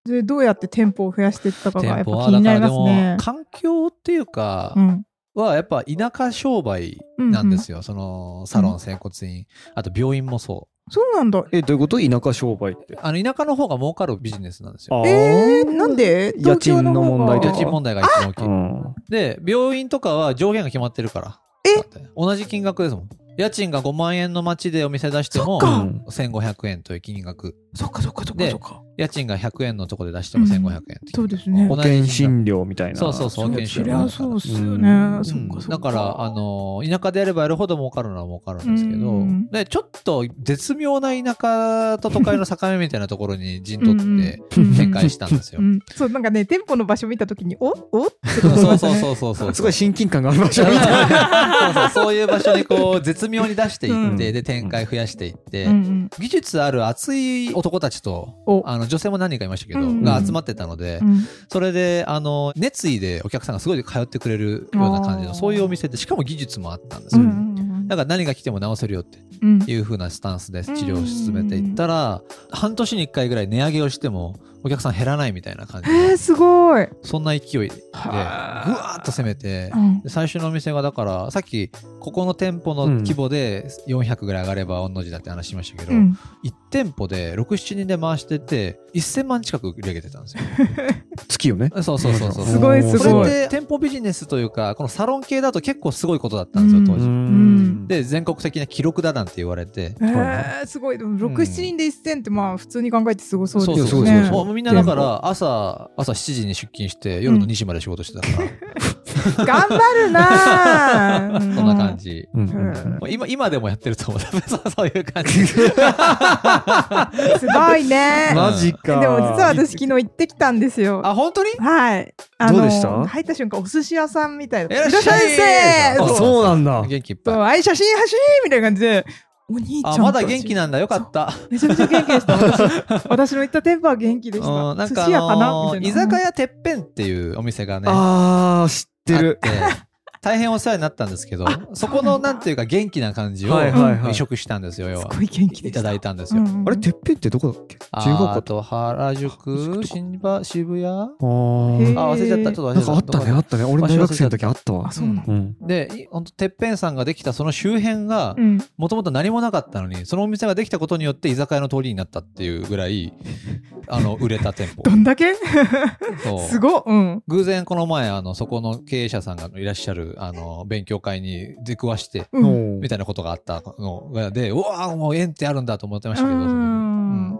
Speaker 3: でどうやって店舗を増やしていったかがや
Speaker 2: 店
Speaker 3: っ
Speaker 2: 舗
Speaker 3: ぱ
Speaker 2: は
Speaker 3: 気に
Speaker 2: だ
Speaker 3: な
Speaker 2: か
Speaker 3: り
Speaker 2: らで
Speaker 3: ますね
Speaker 2: も。環境っていうか
Speaker 3: うん
Speaker 2: はやっぱ田舎商売なんですよ、そのサロン整骨院あと病院もそ
Speaker 3: そうなんだ。
Speaker 1: え、どういうこと田舎商売って
Speaker 2: う。あの田舎の方が儲かるビジネスなんですよ。
Speaker 1: あ
Speaker 3: えー、なんで
Speaker 1: 家賃の問題
Speaker 3: 東
Speaker 1: で
Speaker 2: 家賃
Speaker 3: 京の方が
Speaker 2: 問題が一番大きい
Speaker 1: ー。うん
Speaker 2: で、病院とかは上限が決まってるから。
Speaker 3: え
Speaker 2: だって同じ金額ですもん。家賃が5万円の町でお店出しても
Speaker 3: そっか
Speaker 1: うん
Speaker 2: 1500円という金額。
Speaker 3: そっかそっかそっか
Speaker 2: で
Speaker 3: そっか。
Speaker 2: 家賃が100円のとこで出しても1500円ってい金額
Speaker 3: そうですね
Speaker 1: 保
Speaker 2: 同じ
Speaker 1: 険
Speaker 2: 金
Speaker 1: 診
Speaker 2: 額
Speaker 1: 療みたいな。
Speaker 2: そうそうそう保険
Speaker 3: そ
Speaker 2: 診
Speaker 3: り
Speaker 2: 療
Speaker 3: ゃそうっすよ
Speaker 1: う
Speaker 3: ね。
Speaker 1: ん
Speaker 3: そっかそっか。
Speaker 2: だから、あのー田舎でやればやるほど儲かるのは儲かるんですけ
Speaker 3: う
Speaker 2: ど
Speaker 3: ん、
Speaker 2: で、ちょっと絶妙な田舎と都会の境目みたいなところに陣取って
Speaker 3: うん
Speaker 2: 展開したんですよ
Speaker 3: う。ん、そうなんかね店舗の場所見たときにおおっ て
Speaker 2: そ
Speaker 3: こと
Speaker 2: う
Speaker 3: だ
Speaker 2: そう
Speaker 3: ね。
Speaker 2: そうそうそう。
Speaker 1: すごい親近感がある場所 みたいな。
Speaker 2: そうそうそういう場所にこう絶妙に出していって、
Speaker 1: うん
Speaker 2: で展開増やしていって、
Speaker 3: うんうん
Speaker 2: 技術ある熱い男たちと
Speaker 3: お
Speaker 2: あの女性も何人かいましたけど、
Speaker 3: うん
Speaker 2: が集まってたので、
Speaker 3: うん
Speaker 2: それであの熱意でお客さんがすごい通ってくれるような感じ
Speaker 3: あー
Speaker 2: のそういうお店でしかも技術もあったんです
Speaker 3: う
Speaker 2: よ。
Speaker 3: んうん
Speaker 2: だから何が来ても治せるよって
Speaker 3: うん
Speaker 2: いう風なスタンスで治療を進めていったら、半年に1回ぐらい値上げをしてもお客さん減らないみたいな感じ
Speaker 3: え
Speaker 2: で
Speaker 3: ー、すごい。
Speaker 2: そんな勢いでぐ
Speaker 3: はあ
Speaker 2: わーっと攻めて
Speaker 3: うん
Speaker 2: で最初のお店がだからさっきここの店舗の規模で400ぐらい上がれば御の字だって話しましたけど、
Speaker 3: うん
Speaker 2: 1店舗で67人で回してて1000万近く売り上げてたんですよ
Speaker 1: 月よね。
Speaker 2: そうそうそうそう
Speaker 3: すごいす
Speaker 2: こ
Speaker 3: ご
Speaker 2: れ
Speaker 3: い。
Speaker 2: って店舗ビジネスというかこのサロン系だと結構すごいことだったんですよ当時、
Speaker 1: ん
Speaker 2: で全国的な記録だなんて言われて
Speaker 3: えー、すごい。でも
Speaker 2: うん
Speaker 3: 六七人で一千ってまあ普通に考えてすごそう
Speaker 2: そう
Speaker 3: で
Speaker 2: そう
Speaker 3: す
Speaker 2: そ
Speaker 3: よ
Speaker 2: う
Speaker 1: いや
Speaker 3: ね
Speaker 1: そう。
Speaker 2: もうみんなだから朝朝7時に出勤して夜の2時まで仕事してたから、
Speaker 3: 頑張るな ー。
Speaker 2: そんな感じ、
Speaker 1: うん
Speaker 3: うん
Speaker 2: もう今今でもやってると思う そうそういう感じ
Speaker 3: すごいね。
Speaker 1: マジか。
Speaker 3: でも実は私昨日行ってきたんですよ。
Speaker 2: あ本当に
Speaker 3: はい。
Speaker 1: どうでした
Speaker 3: 入った瞬間お寿司屋さんみたいな。
Speaker 2: いらっしゃい
Speaker 3: らっしゃいま
Speaker 1: あ、
Speaker 3: せそう。
Speaker 1: そうなんだ。
Speaker 2: 元気いっ
Speaker 3: そう
Speaker 2: ぱい
Speaker 3: あい写真写真みたいな感じで。お兄ちゃん
Speaker 2: あ
Speaker 3: と。
Speaker 2: まだ元気なんだよかった
Speaker 3: めちゃめちゃ元気でした。私私の行った店舗は元気でし
Speaker 2: うんな
Speaker 3: た。
Speaker 2: ん
Speaker 3: 寿
Speaker 2: か、
Speaker 3: 司屋か
Speaker 2: あ
Speaker 3: なみ
Speaker 2: の
Speaker 3: たい
Speaker 2: ー
Speaker 3: な。
Speaker 2: 居酒屋てっぺんっていうお店がね、あっ
Speaker 1: あー、知ってる。
Speaker 2: て、大変お世話になったんですけど、そこのなんていうか元気な感じを
Speaker 1: はいはいはい
Speaker 2: 移植したんですよ、要は
Speaker 3: す。ごい元気で
Speaker 2: い
Speaker 3: したた。
Speaker 2: だいたんですよ。
Speaker 1: あれ、てっぺんってどこだっけ
Speaker 2: あ
Speaker 1: 中
Speaker 2: ー
Speaker 1: 学
Speaker 2: あ
Speaker 1: 校
Speaker 2: と、原宿、新橋、渋谷あ
Speaker 1: あ
Speaker 3: へ
Speaker 1: ー
Speaker 3: ー
Speaker 2: 忘れちゃった、ちょっと忘れち
Speaker 1: な
Speaker 2: ゃ
Speaker 1: んかあったね、あったね。俺も大学生の時あったわ
Speaker 3: あ。そうなんだ。
Speaker 1: うん。
Speaker 2: で、いほんとてっぺんさんができたその周辺が
Speaker 3: う、ん。
Speaker 2: もともと何もなかったのに、そのお店ができたことによって居酒屋の通りになったっていうぐらい、あの、売れた店舗。
Speaker 3: どんだけ
Speaker 2: そう
Speaker 3: すごっうん。
Speaker 2: 偶然この前あのそこの経営者さんがいらっしゃるいうあの勉強会に出くわして
Speaker 3: うん
Speaker 2: みたいなことがあったのがでうわーもう縁ってあるんだと思ってましたけど、
Speaker 3: う
Speaker 2: その時う
Speaker 3: ん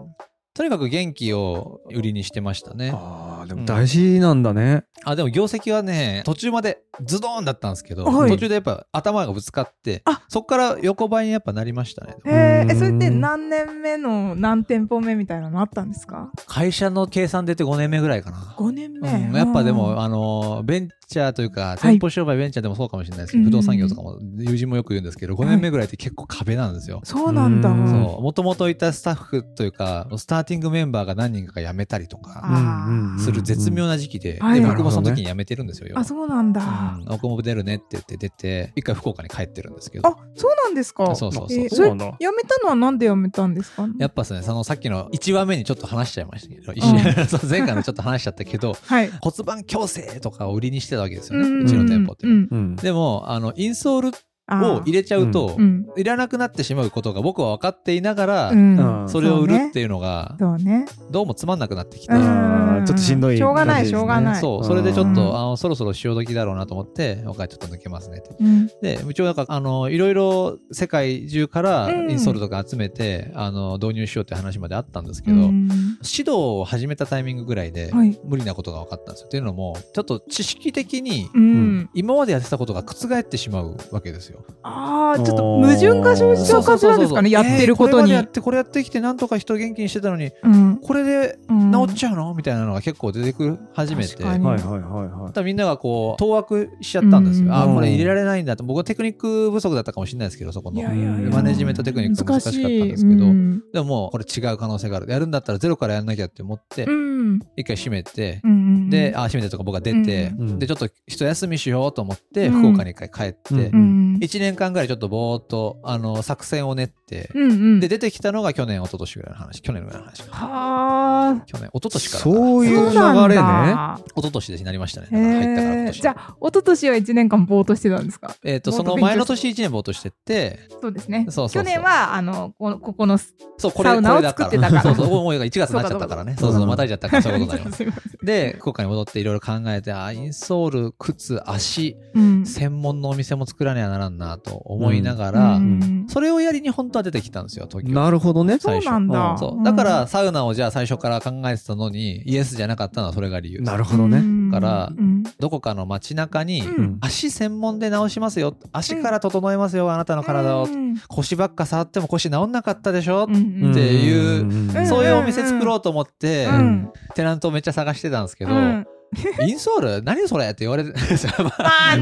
Speaker 2: んとにかく元気を売りにしてましたね
Speaker 1: ああでも大事なんだね。
Speaker 2: あでも業績はね途中までズドーンだったんですけど、
Speaker 3: はい
Speaker 2: 途中でやっぱ頭がぶつかって
Speaker 3: あ
Speaker 2: そこから横ばいにやっぱなりましたね
Speaker 3: へええそれって何年目の何店舗目みたいなのあったんですか
Speaker 2: 会社の計算で言って5年目ぐらいかな
Speaker 3: 5年目、
Speaker 2: うん、やっぱで
Speaker 3: うん
Speaker 2: も、あのベンチャーというか
Speaker 3: い
Speaker 2: 店舗商売ベンチャーでもそうかもしれないですけど、
Speaker 3: うん
Speaker 2: 不動産業とかも友人もよく言うんですけど5年目ぐらいって結構壁なんですよ。
Speaker 3: そうなんだ
Speaker 1: うん
Speaker 2: そうもともといたスタッフというかスターティングメンバーが何人かが辞めたりとか
Speaker 3: あー
Speaker 1: うんうんうん
Speaker 2: する絶妙な時期で,、
Speaker 3: はい
Speaker 2: で僕もその時に辞めてるんですよ。要は
Speaker 3: あそうなんだ、
Speaker 2: うん、僕も出るねって言って出て一回福岡に帰ってるんですけど
Speaker 3: あそうなんですか
Speaker 2: そうそうそう
Speaker 3: えー
Speaker 1: そうなんだ
Speaker 3: それ辞めたのはなんで辞めたんですか
Speaker 2: やっぱですねそのさっきの1話目にちょっと話しちゃいましたけど、一
Speaker 3: う
Speaker 2: そう前回のちょっと話しちゃったけど
Speaker 3: はい
Speaker 2: 骨盤矯正とかを売りにしてたわけですよ
Speaker 3: ん
Speaker 2: ねうちの店舗って。
Speaker 3: うん
Speaker 1: うん
Speaker 2: でもあのインソール
Speaker 3: あー
Speaker 2: を入れちゃうと、
Speaker 3: うん
Speaker 2: いらなくなってしまうことが僕は分かっていながら、
Speaker 3: うん
Speaker 2: それを売るっていうのが
Speaker 3: そうね
Speaker 2: どうもつまんなくなってきて、
Speaker 3: うん
Speaker 1: あーちょっとしんどい感じですね。
Speaker 3: しょうがないしょうがない
Speaker 2: そうそれでちょっと、
Speaker 3: うん
Speaker 2: あのそろそろ潮時だろうなと思って僕はちょっと抜けますねって
Speaker 3: うん
Speaker 2: で一応なんかあのいろいろ世界中から
Speaker 3: うん
Speaker 2: インソールとか集めて、あの導入しようって話まであったんですけど、
Speaker 3: うん
Speaker 2: 指導を始めたタイミングぐらいで、
Speaker 3: はい
Speaker 2: 無理なことが分かったんですよ。っていうのもちょっと知識的に
Speaker 3: うん
Speaker 2: 今までやってたことが覆ってしまうわけですよ。
Speaker 3: ああちょっと矛盾が生じちゃう感じなんですかねや
Speaker 2: そうそうそうそう
Speaker 3: ってるこ
Speaker 2: えーこれ
Speaker 3: とに
Speaker 2: までやってこれやってきてなんとか人元気にしてたのに
Speaker 3: うん
Speaker 2: これで
Speaker 3: うん
Speaker 2: 治っちゃうの、みたいなのが結構出てくる初めて
Speaker 3: 確かに
Speaker 2: ま
Speaker 1: はいはいはいはい。
Speaker 2: たみんながこう当惑しちゃったんですよ、
Speaker 3: うん
Speaker 2: あこれ入れられないんだと僕はテクニック不足だったかもしれないですけどそこの
Speaker 3: いやいやいや
Speaker 2: マネジメントテクニック難
Speaker 3: 難
Speaker 2: しか
Speaker 3: し
Speaker 2: ったん
Speaker 3: い
Speaker 2: ですけど、
Speaker 3: うん
Speaker 2: でももうこれ違う可能性があるやるんだったらゼロからやんなきゃって思って
Speaker 3: うん
Speaker 2: 一回閉めて、
Speaker 3: うん
Speaker 2: であ閉めてとか僕は出て、
Speaker 1: うん
Speaker 2: でちょっと一休みしようと思って
Speaker 3: うん
Speaker 2: 福岡に一回帰って、
Speaker 1: うん
Speaker 3: うん
Speaker 2: 1年間ぐらいちょっとぼーっとあの作戦を練って、
Speaker 3: うんうん
Speaker 2: で出てきたのが去年一昨年ぐらいの話去年ぐらいの話か
Speaker 3: はあ
Speaker 2: 去年一昨年からかな
Speaker 1: そういう
Speaker 3: そうなん
Speaker 1: 流
Speaker 3: だ
Speaker 1: れね。
Speaker 2: 一昨年になりましたねだから入ったから今
Speaker 3: へえ
Speaker 2: 年
Speaker 3: じゃあ一昨年は一年間ぼーっとしてたんですか
Speaker 2: えっ、と
Speaker 3: も
Speaker 2: そ
Speaker 3: っと
Speaker 2: の前の年1年ぼーっとしてって
Speaker 3: そうですね
Speaker 2: そうそうそう
Speaker 3: 去年はあのこここの
Speaker 2: そうこれ
Speaker 3: サウナを
Speaker 2: これだ
Speaker 3: 作ってたから
Speaker 2: そうそうもうもう1月になっちゃったからね
Speaker 1: そ
Speaker 2: そうう
Speaker 1: かそ
Speaker 2: そう
Speaker 1: うか
Speaker 2: またいじゃったからそういうことになり ます
Speaker 3: ちょっとすいません
Speaker 2: で福岡に戻っていろいろ考えてあインソール靴足
Speaker 3: うん
Speaker 2: 専門のお店も作らねばならんなと思いながら、
Speaker 3: うん
Speaker 2: それをやりに本当は出てきたんですよ東京
Speaker 1: なるほどね。
Speaker 3: そうなんだ
Speaker 2: そううだからサウナをじゃあ最初から考えてたのにイエスじゃなかったのはそれが理由です
Speaker 1: なるほどね。
Speaker 3: ね
Speaker 2: から
Speaker 3: うん
Speaker 2: どこかの街中に、
Speaker 3: うん
Speaker 1: うん
Speaker 2: 足専門で治しますよ足から整えますよ、あなたの体を、
Speaker 3: うん
Speaker 2: 腰ばっか触っても腰治んなかったでしょ、
Speaker 3: うん
Speaker 2: っていうん
Speaker 3: ん
Speaker 2: そういうお店作ろうと思って、
Speaker 3: うん
Speaker 2: テナントをめっちゃ探してたんですけど、
Speaker 3: うん
Speaker 2: インソール 何それって言われて
Speaker 3: まあ
Speaker 1: まあ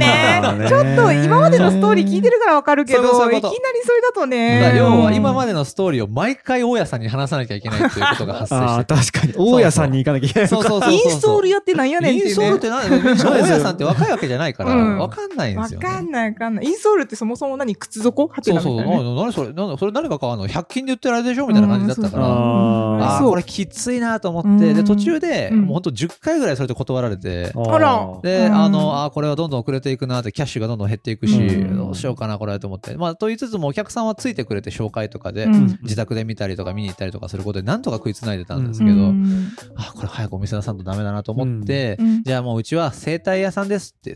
Speaker 1: ね
Speaker 3: ねちょっと今までのストーリー聞いてるからわかるけど
Speaker 2: そういうことそうい
Speaker 3: いうき
Speaker 2: こ
Speaker 3: な
Speaker 2: と
Speaker 3: りそれだとね
Speaker 2: 要は今ま
Speaker 3: で
Speaker 2: でのストーリーを毎回大家さんに話さなきゃいけないっていうことが発生
Speaker 1: ああ
Speaker 2: し
Speaker 1: ー
Speaker 2: てて。
Speaker 1: 確かに大家さんに行かなきゃいけない
Speaker 2: そうそうそうそう
Speaker 3: インストールやってなんやねん
Speaker 2: イ
Speaker 3: って
Speaker 2: ン
Speaker 3: い
Speaker 2: ソ
Speaker 3: う
Speaker 2: ールっ
Speaker 3: ね
Speaker 2: て何大家さんって若いわけじゃないから、
Speaker 3: うん
Speaker 2: わかんないんで
Speaker 3: わ
Speaker 2: すよ、ね。
Speaker 3: かんないわかんないインソールってそもそも何靴底はて
Speaker 2: そ
Speaker 3: な
Speaker 2: うそ
Speaker 3: み
Speaker 2: う、
Speaker 3: たいなね
Speaker 2: な何それ、なんそれ誰が買うの ?100 均で売ってるあれでしょみたいな感じだったから。
Speaker 1: うんそうそう
Speaker 2: あ
Speaker 1: あ
Speaker 2: あ、
Speaker 3: そう
Speaker 2: これきついなと思って、
Speaker 3: う
Speaker 2: で、
Speaker 3: ん
Speaker 2: 途中で、
Speaker 3: うん
Speaker 2: もうほんと10回ぐらいそれで断られて、
Speaker 1: ー
Speaker 3: あら
Speaker 2: で、
Speaker 3: うん
Speaker 2: あの、あーこれはどんどん遅れていくなって、キャッシュがどんどん減っていくし、
Speaker 1: うん
Speaker 2: どうしようかな、これと思って。まあ、と言いつつもお客さんはついてくれて紹介とかで、
Speaker 3: うん
Speaker 2: 自宅で見たりとか見に行ったりとかすることで、なんとか食いつないでたんですけど、
Speaker 3: うん
Speaker 2: あーこれ早くお店出さんとダメだなと思って、
Speaker 3: うん
Speaker 2: じゃあもううちは整体屋さんですって、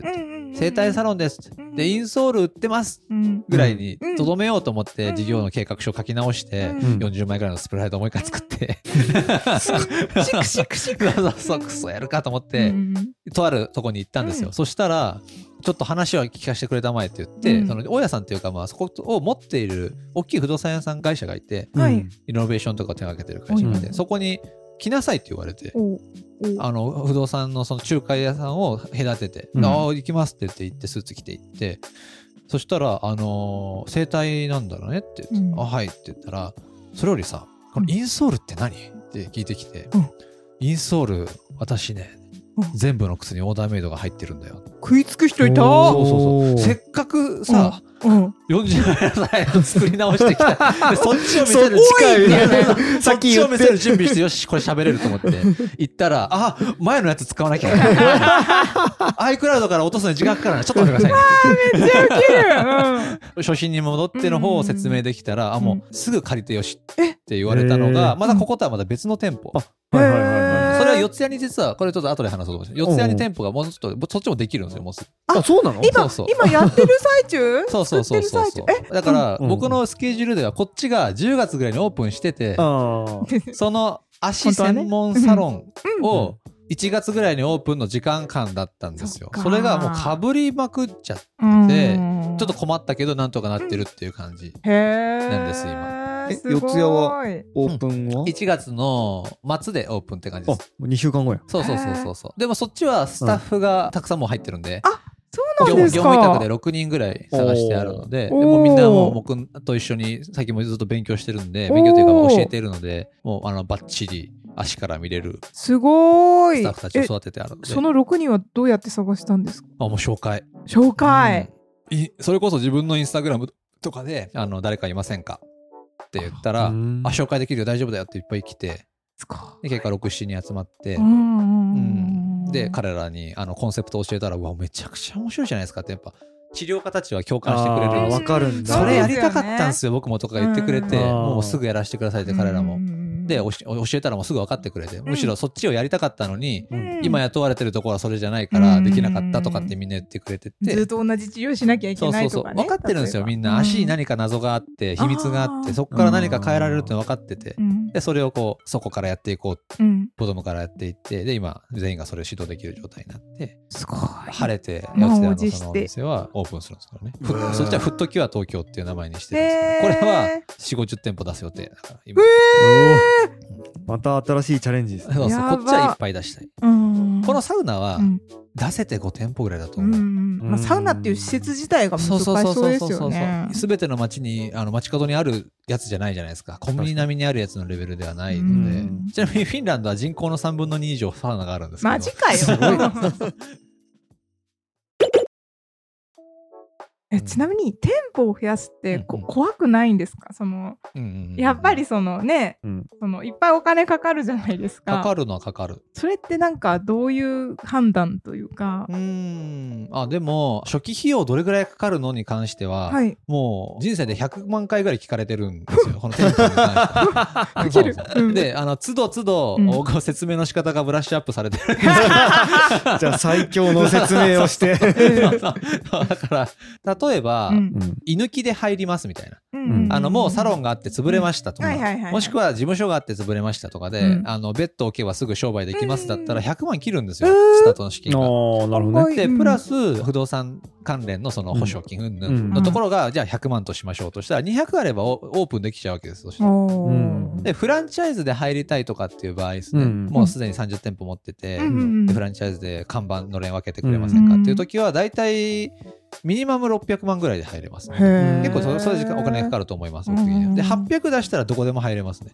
Speaker 2: 整体サロンですって、
Speaker 3: うん
Speaker 2: で、インソール売ってます
Speaker 3: うん
Speaker 2: ぐらいに
Speaker 3: うん
Speaker 2: とどめようと思っ
Speaker 3: う
Speaker 2: て
Speaker 3: ん
Speaker 2: 事業の計画書を書き直して
Speaker 3: うん
Speaker 1: うん
Speaker 2: 40枚ぐらいのスプライトをもう一回作って
Speaker 3: シクシクシ
Speaker 2: そ
Speaker 3: ク
Speaker 2: うそうそうクソやるかと思っ
Speaker 3: う
Speaker 2: て
Speaker 3: ん
Speaker 2: とあるとこに行ったんです
Speaker 3: う
Speaker 2: よそしたらちょっと話を聞かせてくれたまえって言って
Speaker 3: うん
Speaker 2: その大家さんっていうかまあそこを持っている大きい不動産屋さん会社がいて
Speaker 1: うん
Speaker 3: はい
Speaker 2: イノベーションとかを手掛けてる会社がい
Speaker 1: うん
Speaker 2: てそこに来なさいって言われて
Speaker 3: おう
Speaker 2: あの不動産のその仲介屋さんを隔てて「
Speaker 1: うん
Speaker 2: ああ行きます」って言って行ってスーツ着て行ってそしたら「あのー整体なんだろうね」って言って
Speaker 3: うん
Speaker 2: あはい」って言ったらそれよりさ「このインソールって何?」って聞いてきて「
Speaker 3: うん
Speaker 2: インソール私ね
Speaker 3: うん
Speaker 2: 全部の靴にオーダーメイドが入ってるんだよ」
Speaker 3: 食いつく人いた
Speaker 1: おー
Speaker 2: そうそうそうせっかくさ、
Speaker 3: うん
Speaker 2: 40枚の作り直してき たでそっちを見せる
Speaker 1: そ
Speaker 2: 近い
Speaker 1: っち
Speaker 2: や
Speaker 1: ね さ
Speaker 2: そ
Speaker 1: っ
Speaker 2: っ
Speaker 1: き
Speaker 2: ち
Speaker 1: 言っ
Speaker 2: を
Speaker 1: て
Speaker 2: 見せる準備して、よし、これ喋れると思って、行ったら、あ、前のやつ使わなきゃいけない。iCloud から落とすのに時間かかるな。ちょっと待ってくださ
Speaker 3: めっちゃウケる
Speaker 2: い。初心に戻っての方を説明できたら、あ、もうすぐ借りてよしって言われたの
Speaker 1: え
Speaker 2: が、まだこことはまだ別の店舗。
Speaker 1: はいはいはいはい
Speaker 2: それはだ四ツ谷に実は、これちょっと後で話そうと思って、四ツ谷に店舗がもうちょっと、もうそっちもできるんですよ、もうすぐ。
Speaker 1: あそうなの
Speaker 3: 今
Speaker 2: そうそう
Speaker 3: 今やってる最中
Speaker 2: そうそうそうそう
Speaker 3: 作って
Speaker 2: そ
Speaker 3: る
Speaker 2: う
Speaker 3: 最中え。
Speaker 2: だから、
Speaker 1: うん
Speaker 2: 僕のスケジュールでは、こっちが10月ぐらいにオープンしてて、
Speaker 1: あー
Speaker 2: その足
Speaker 3: 本当はね
Speaker 2: 専門サロン
Speaker 3: うん
Speaker 2: を1月ぐらいにオープンの時間間だったんですよ。
Speaker 3: そっか
Speaker 2: それがもうかぶりまくっちゃって、
Speaker 3: うん
Speaker 2: でちょっと困ったけど、なんとかなってるっていう感じ。
Speaker 3: へえ
Speaker 2: なんです
Speaker 1: え
Speaker 3: すごい
Speaker 1: 四谷はオープンは
Speaker 2: 1月の末でオープンって感じ
Speaker 1: あ
Speaker 2: です。
Speaker 1: 2週間後や
Speaker 2: そうそうそうそうそう。でもそっちはスタッフがたくさんもう入ってるんで、
Speaker 3: そうな
Speaker 2: 業
Speaker 3: んで
Speaker 2: 業
Speaker 3: す
Speaker 2: 務委託
Speaker 3: か
Speaker 2: で6人ぐらい探してあるので、で
Speaker 3: おー
Speaker 2: もうみんなもう僕と一緒に最近もずっと勉強してるんで、勉強というか
Speaker 3: おー
Speaker 2: 教えてるので、もうあのバッチリ足から見れる
Speaker 3: すご
Speaker 2: ス
Speaker 3: い
Speaker 2: タッフたちを
Speaker 3: え
Speaker 2: 育ててあるので、
Speaker 3: その6人はどうやって探したんですか
Speaker 2: あもう紹介。
Speaker 3: 紹介、
Speaker 2: うんいそれこそ自分のインスタグラムとかで、あの誰かいませんかって言ったら、
Speaker 1: うん
Speaker 2: あ、紹介できるよ、大丈夫だよっていっぱい来て、
Speaker 3: すご
Speaker 2: で
Speaker 3: い
Speaker 2: 結果6、7人集まって
Speaker 3: う、んうんう
Speaker 2: うん
Speaker 3: うん
Speaker 2: んで彼らにあのコンセプトを教えたらうわめちゃくちゃ面白いじゃないですかってやっぱ治療家たちは共感してくれ
Speaker 1: あー
Speaker 2: る
Speaker 1: わかるんだ
Speaker 2: それやり
Speaker 3: そう
Speaker 2: た
Speaker 3: で
Speaker 2: か
Speaker 3: す
Speaker 2: っ
Speaker 3: よね
Speaker 2: たんですよ僕もとか言ってくれて
Speaker 3: うん
Speaker 2: もうすぐやらせてくださいって彼らも。で
Speaker 3: お
Speaker 2: おし教えたらもうすぐ分かってくれてむしろそっちをやりたかったのに
Speaker 1: うん
Speaker 2: 今雇われてるところはそれじゃないから
Speaker 3: うん
Speaker 2: できなかったとかってみんな言ってくれて。
Speaker 3: ずってと同じ治療しなきゃい
Speaker 2: そ
Speaker 3: け
Speaker 2: う
Speaker 3: な
Speaker 2: そ
Speaker 3: いう
Speaker 2: そ
Speaker 3: と
Speaker 2: う
Speaker 3: かね
Speaker 2: 分かってるんですよみん
Speaker 3: う
Speaker 2: な足に何か謎があって秘密があっ
Speaker 3: あー
Speaker 2: てそこから何か変えられるって分かってて
Speaker 3: うん
Speaker 2: でそれをこうそこからやっていこう
Speaker 3: うん
Speaker 2: ボトムからやっていってで今全員がそれを指導できる状態になって
Speaker 3: すごい
Speaker 2: 晴れて
Speaker 3: 満を
Speaker 2: 四谷の
Speaker 3: 持して
Speaker 2: そのお店はオープンするんですからねふ
Speaker 1: うわー
Speaker 2: そっちは「フットキュア東京」っていう名前にしてるんですけど
Speaker 3: へー
Speaker 2: これは4 5 0店舗出す予定だから今
Speaker 1: また新しいチャレンジですね
Speaker 2: そうそう
Speaker 3: やば
Speaker 2: こっちはいっぱい出したい
Speaker 3: うん
Speaker 2: このサウナは
Speaker 3: うん
Speaker 2: 出せて5店舗ぐらいだと
Speaker 3: う
Speaker 2: 思う、
Speaker 3: んまあ、サウナっていう施設自体が難しそうですよね。
Speaker 2: 全ての街にあの街角にあるやつじゃないじゃないですかコンビニ並みにあるやつのレベルではない
Speaker 3: うん
Speaker 2: ので、ちなみにフィンランドは人口の3分の2以上サウナがあるんですけど
Speaker 3: マジかよ。えちなみに店舗を増やすってこ
Speaker 2: うんうん
Speaker 3: 怖くないんですかその
Speaker 2: うんうんうん
Speaker 3: やっぱりそのね、
Speaker 1: うん
Speaker 3: そのいっぱいお金かかるじゃないですか
Speaker 2: かかるのはかかる
Speaker 3: それってなんかどういう判断というか
Speaker 2: う、ーんあでも初期費用どれぐらいかかるのに関しては、
Speaker 3: はい
Speaker 2: もう人生で100万回ぐらい聞かれてるんですよこの店舗に関 してはそうそう
Speaker 3: うん
Speaker 2: であの都度都度、
Speaker 3: うん
Speaker 2: こう説明の仕方がブラッシュアップされてる
Speaker 1: じゃあ最強の説明をして
Speaker 2: そうそうだから例えば、
Speaker 3: うん
Speaker 1: うん
Speaker 2: 居抜きで入りますみたいな、
Speaker 1: うん
Speaker 2: あのもうサロンがあって潰れましたとか、
Speaker 3: はいはいはいはい
Speaker 2: もしくは事務所があって潰れましたとかで、
Speaker 3: うん
Speaker 2: あのベッド置けばすぐ商売できますだったら
Speaker 3: うん
Speaker 2: 100万切るんですよ、
Speaker 3: えー
Speaker 2: スタートの資金
Speaker 1: あ
Speaker 2: が。
Speaker 1: ーなるほど
Speaker 3: かっこ
Speaker 1: ね
Speaker 3: いい
Speaker 2: で
Speaker 3: うん
Speaker 2: プラス不動産関連のその保証金云々
Speaker 1: うん
Speaker 2: のところがじゃあ100万としましょうとしたら200あればオオープンできちゃうわけですそしたら
Speaker 3: おー
Speaker 1: うん
Speaker 2: でフランチャイズで入りたいとかっていう場合ですね、
Speaker 1: うん
Speaker 2: もうすでに30店舗持ってて、
Speaker 3: うんうん
Speaker 2: でフランチャイズで看板のれん分けてくれませんかっていう時は大体ミニマム600万ぐらいで入れます、ね
Speaker 3: へー
Speaker 2: 結構そそれ時間お金かかると思います、
Speaker 3: うん
Speaker 2: 僕的にはで800出したらどこでも入れますね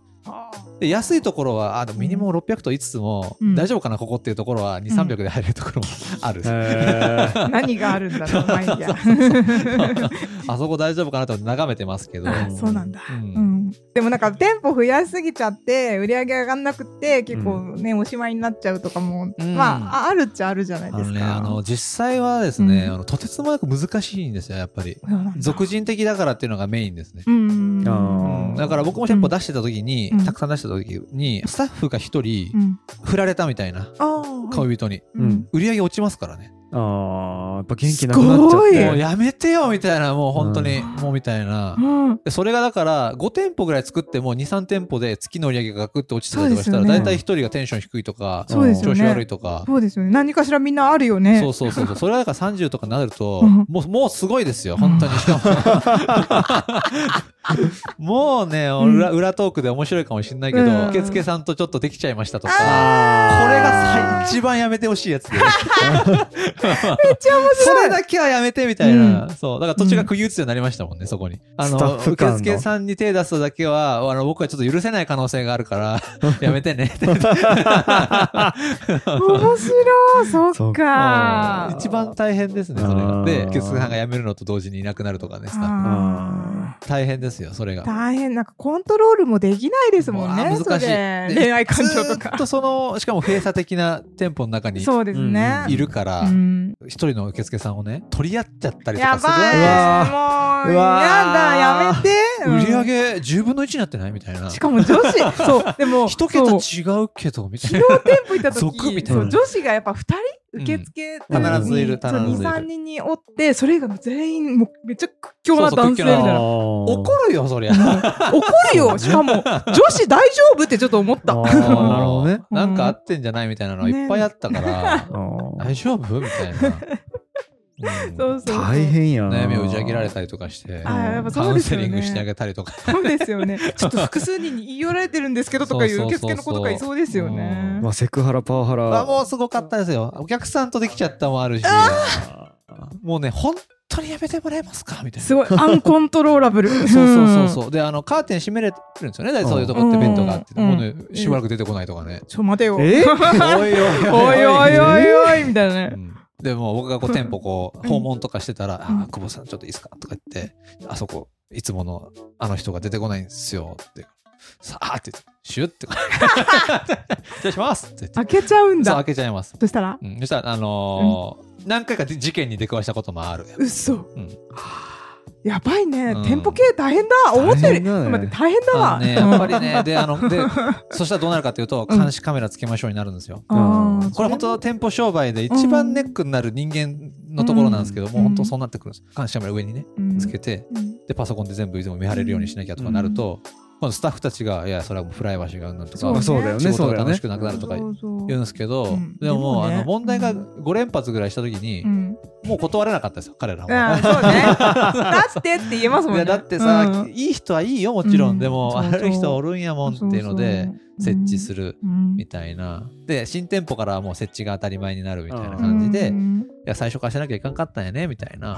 Speaker 2: で安いところはあでもミニマム600と言いつつも、
Speaker 3: うん
Speaker 2: 大丈夫かなここっていうところは2300で入れるところもある、
Speaker 1: へー
Speaker 3: 何があるんだろう毎夜
Speaker 2: あそこ大丈夫かなと眺めてますけど。
Speaker 3: あそうなんだ
Speaker 2: う
Speaker 3: うんん、でもなんか店舗増やしすぎちゃって売り上げ上がんなくて結構ね、おしまいになっちゃうとかも、
Speaker 2: うん
Speaker 3: まあああるっちゃあるじゃない
Speaker 2: あ
Speaker 3: で
Speaker 2: の
Speaker 3: す
Speaker 2: ね、
Speaker 3: か。
Speaker 2: あの実際はですね、
Speaker 3: うん
Speaker 2: あのとてつもなく難しいんですよやっぱり
Speaker 3: そうなんだ
Speaker 2: 俗人的だからっていうのがメインですね、
Speaker 3: うん
Speaker 1: あー
Speaker 2: だから僕も店舗出してた時に、
Speaker 3: うん
Speaker 2: たくさん出してた時にスタッフが一
Speaker 3: う
Speaker 2: 人
Speaker 3: ん、
Speaker 2: 振られたみたいな、
Speaker 3: あー
Speaker 2: 恋人に
Speaker 1: うん
Speaker 2: 売り上げ落ちますからね、
Speaker 1: あーやっぱ元気なくなっちゃっ
Speaker 3: すご
Speaker 1: て
Speaker 3: い
Speaker 2: もうやめてよみたいなもう本当に、
Speaker 3: うん
Speaker 2: もうみたいな、
Speaker 3: うん
Speaker 2: でそれがだから5店舗ぐらい作っても23店舗で月の売り上げがガクッと落ちてたりとかしたら、
Speaker 3: そうですよ
Speaker 2: 大
Speaker 3: ね
Speaker 2: 体一人がテンション低いとか、
Speaker 3: そうです
Speaker 2: 調
Speaker 3: よね
Speaker 2: 子悪いとか、
Speaker 3: そうですよね何かしらみんなあるよね。
Speaker 2: そうそうそうそう。それはだから30とかなると、
Speaker 3: うん
Speaker 2: もう、もうすごいですよ、本当に。しかも。 もうね、裏、裏トークで面白いかもしれないけど、
Speaker 3: うん
Speaker 2: 受付さんとちょっとできちゃいましたとか、こ
Speaker 1: あ
Speaker 2: れが最一番やめてほしいやつで。
Speaker 3: めっちゃ面
Speaker 2: そ
Speaker 3: 白
Speaker 2: れ
Speaker 3: い
Speaker 2: だけはやめてみたいな。
Speaker 3: うん
Speaker 2: そう。だから途中が釘打つようになりましたもんね、そこに。あ
Speaker 1: スタッ
Speaker 2: の、
Speaker 1: フ間
Speaker 2: 受
Speaker 1: の
Speaker 2: 付さんに手出すだけは、あの、僕はちょっと許せない可能性がある から、やめてねって。
Speaker 3: 面白いそっか
Speaker 1: そっ
Speaker 2: うん一番大変ですね、それが。で、受付さんが辞めるのと同時にいなくなるとかね、スタッフが
Speaker 3: あ
Speaker 2: 大変ですよそれ
Speaker 3: ー
Speaker 2: が。
Speaker 3: 大変なんかコントロールもできないですもん
Speaker 2: あ
Speaker 3: ね
Speaker 2: ー難しい
Speaker 3: それ
Speaker 2: で
Speaker 3: 恋愛感情と
Speaker 2: ずーっ
Speaker 3: か
Speaker 2: とそのしかも閉鎖的な店舗の中に
Speaker 3: そうですね、
Speaker 2: いるから
Speaker 3: うん
Speaker 2: 一人の受付さんをね取り合っちゃったりとか
Speaker 3: や
Speaker 2: する
Speaker 3: ばい
Speaker 1: わ
Speaker 3: もう
Speaker 1: うわ
Speaker 3: やだやめてうん
Speaker 2: 売り上げ10分の1になってないみたいな。
Speaker 3: しかも女 子そうでも
Speaker 2: 一桁
Speaker 3: そう
Speaker 2: 違うけど、みたい
Speaker 3: 昨
Speaker 2: な
Speaker 3: 日。店舗行った
Speaker 2: 俗み
Speaker 3: 時
Speaker 2: た
Speaker 1: い
Speaker 3: そ
Speaker 1: な
Speaker 3: う女子がやっぱ2人受付とかに
Speaker 1: うん必ず
Speaker 2: いる
Speaker 3: そう
Speaker 2: 必ずいる
Speaker 3: 23人におってそれが全員もうめっちゃ屈強な
Speaker 2: そうそう
Speaker 3: 男性みたい
Speaker 2: 屈強
Speaker 1: あ
Speaker 2: な
Speaker 3: な
Speaker 1: ー
Speaker 2: 怒るよ、そ りゃ。
Speaker 3: 怒るよしかも女子大丈夫ってちょっと思った
Speaker 1: あ
Speaker 2: あ
Speaker 1: ー
Speaker 2: の
Speaker 1: なるほど ね
Speaker 2: なんかあってんじゃないみたいなのはいっぱいあったから、
Speaker 1: あー
Speaker 2: 大丈夫みたいな。うん
Speaker 3: そうそう
Speaker 1: 大変やな
Speaker 2: 悩みを打ち明けられたりとかして、
Speaker 3: あーやっぱ
Speaker 2: カ
Speaker 3: そう
Speaker 2: ウ
Speaker 3: で
Speaker 2: ン
Speaker 3: す
Speaker 2: セ
Speaker 3: よ
Speaker 2: リングしてあ
Speaker 3: ね
Speaker 2: げたりとか。
Speaker 3: そうですよねちょっと複数人に言い寄られてるんですけどとかい
Speaker 2: そうう
Speaker 3: 受
Speaker 2: そうそうそう
Speaker 3: 付の子とかいそうですよね
Speaker 1: まあセクハラパワハ
Speaker 2: あ
Speaker 1: ラ
Speaker 2: もうすごかったですよ。お客さんとできちゃったもあるし、もうね、本当にやめてもらえますかみたいな。
Speaker 3: すごいアンコントローラブルそ う
Speaker 2: そうそうそうそう。で、あの、カーテン閉めれてるんですよね。だいたいそういうとこってベッドがあって。
Speaker 3: うん
Speaker 2: もうね、しばらく出てこないとかね。
Speaker 3: ちょ待てよおい
Speaker 1: え
Speaker 2: おい
Speaker 3: おいおいおいみたいな
Speaker 2: う
Speaker 3: ね
Speaker 2: んでも僕がこう店舗こう
Speaker 3: う
Speaker 2: ん訪問とかしてたら「あ
Speaker 3: うん
Speaker 2: ー久保さんちょっといいですか?」とか言って「あそこいつものあの人が出てこないんですよ」って「さあ」って言って「シュッ」て失礼します」って言って
Speaker 3: 開けちゃうん
Speaker 2: そう
Speaker 3: だ
Speaker 2: 開けちゃいます、
Speaker 3: そしたら
Speaker 2: うん、そしたらあのー何回かで事件に出くわしたこともある
Speaker 3: 嘘、
Speaker 2: ん
Speaker 3: やばいね、
Speaker 2: うん
Speaker 3: 店舗系大変だ思ったよ
Speaker 1: 大
Speaker 3: り
Speaker 1: 変だね
Speaker 3: ちょっと待って大変だ
Speaker 2: あ
Speaker 3: わ、
Speaker 2: のねやっぱりねであの でそしたらどうなるかというと
Speaker 3: うん
Speaker 2: 監視カメラつけましょうになるんですよ、
Speaker 3: あー
Speaker 2: これ本当店舗商売で一番ネックになる人間のところなんですけど、もう本当そうなってくるんです監視カメラ上にね
Speaker 3: うん
Speaker 2: つけて、
Speaker 3: うん
Speaker 2: でパソコンで全部いつも見張れるようにしなきゃとかなると、今度スタッフたちが「いやそれはもうプライバシーがうんぬん」とか
Speaker 3: そう
Speaker 1: まあそうだよ
Speaker 2: 仕
Speaker 1: ね
Speaker 2: 事
Speaker 1: そ
Speaker 2: が
Speaker 1: うだよね
Speaker 2: 楽しくなくなるとか
Speaker 3: そ
Speaker 2: 言
Speaker 3: うそう
Speaker 2: うんですけど、
Speaker 3: うん
Speaker 2: でももう
Speaker 3: でもね
Speaker 2: あの問題が5連発ぐらいした時に、
Speaker 3: うん
Speaker 2: もう断れなかったですよ彼らも。
Speaker 3: あーそうねだってって言えますもん
Speaker 2: いや
Speaker 3: ね
Speaker 2: だってさ、
Speaker 3: うん
Speaker 2: いい人はいいよもちろん、
Speaker 3: うん
Speaker 2: でも
Speaker 3: そうそう
Speaker 2: 悪い人はおるんやもんっていうので設置す
Speaker 3: る
Speaker 2: るみ
Speaker 3: み
Speaker 2: たいな、で新店舗からはもう設置が当たり前になるみたい
Speaker 1: た
Speaker 2: な感じで、
Speaker 3: う
Speaker 2: い
Speaker 3: ん
Speaker 2: や最初からしなきゃいかんかったんやねみたいな。
Speaker 3: は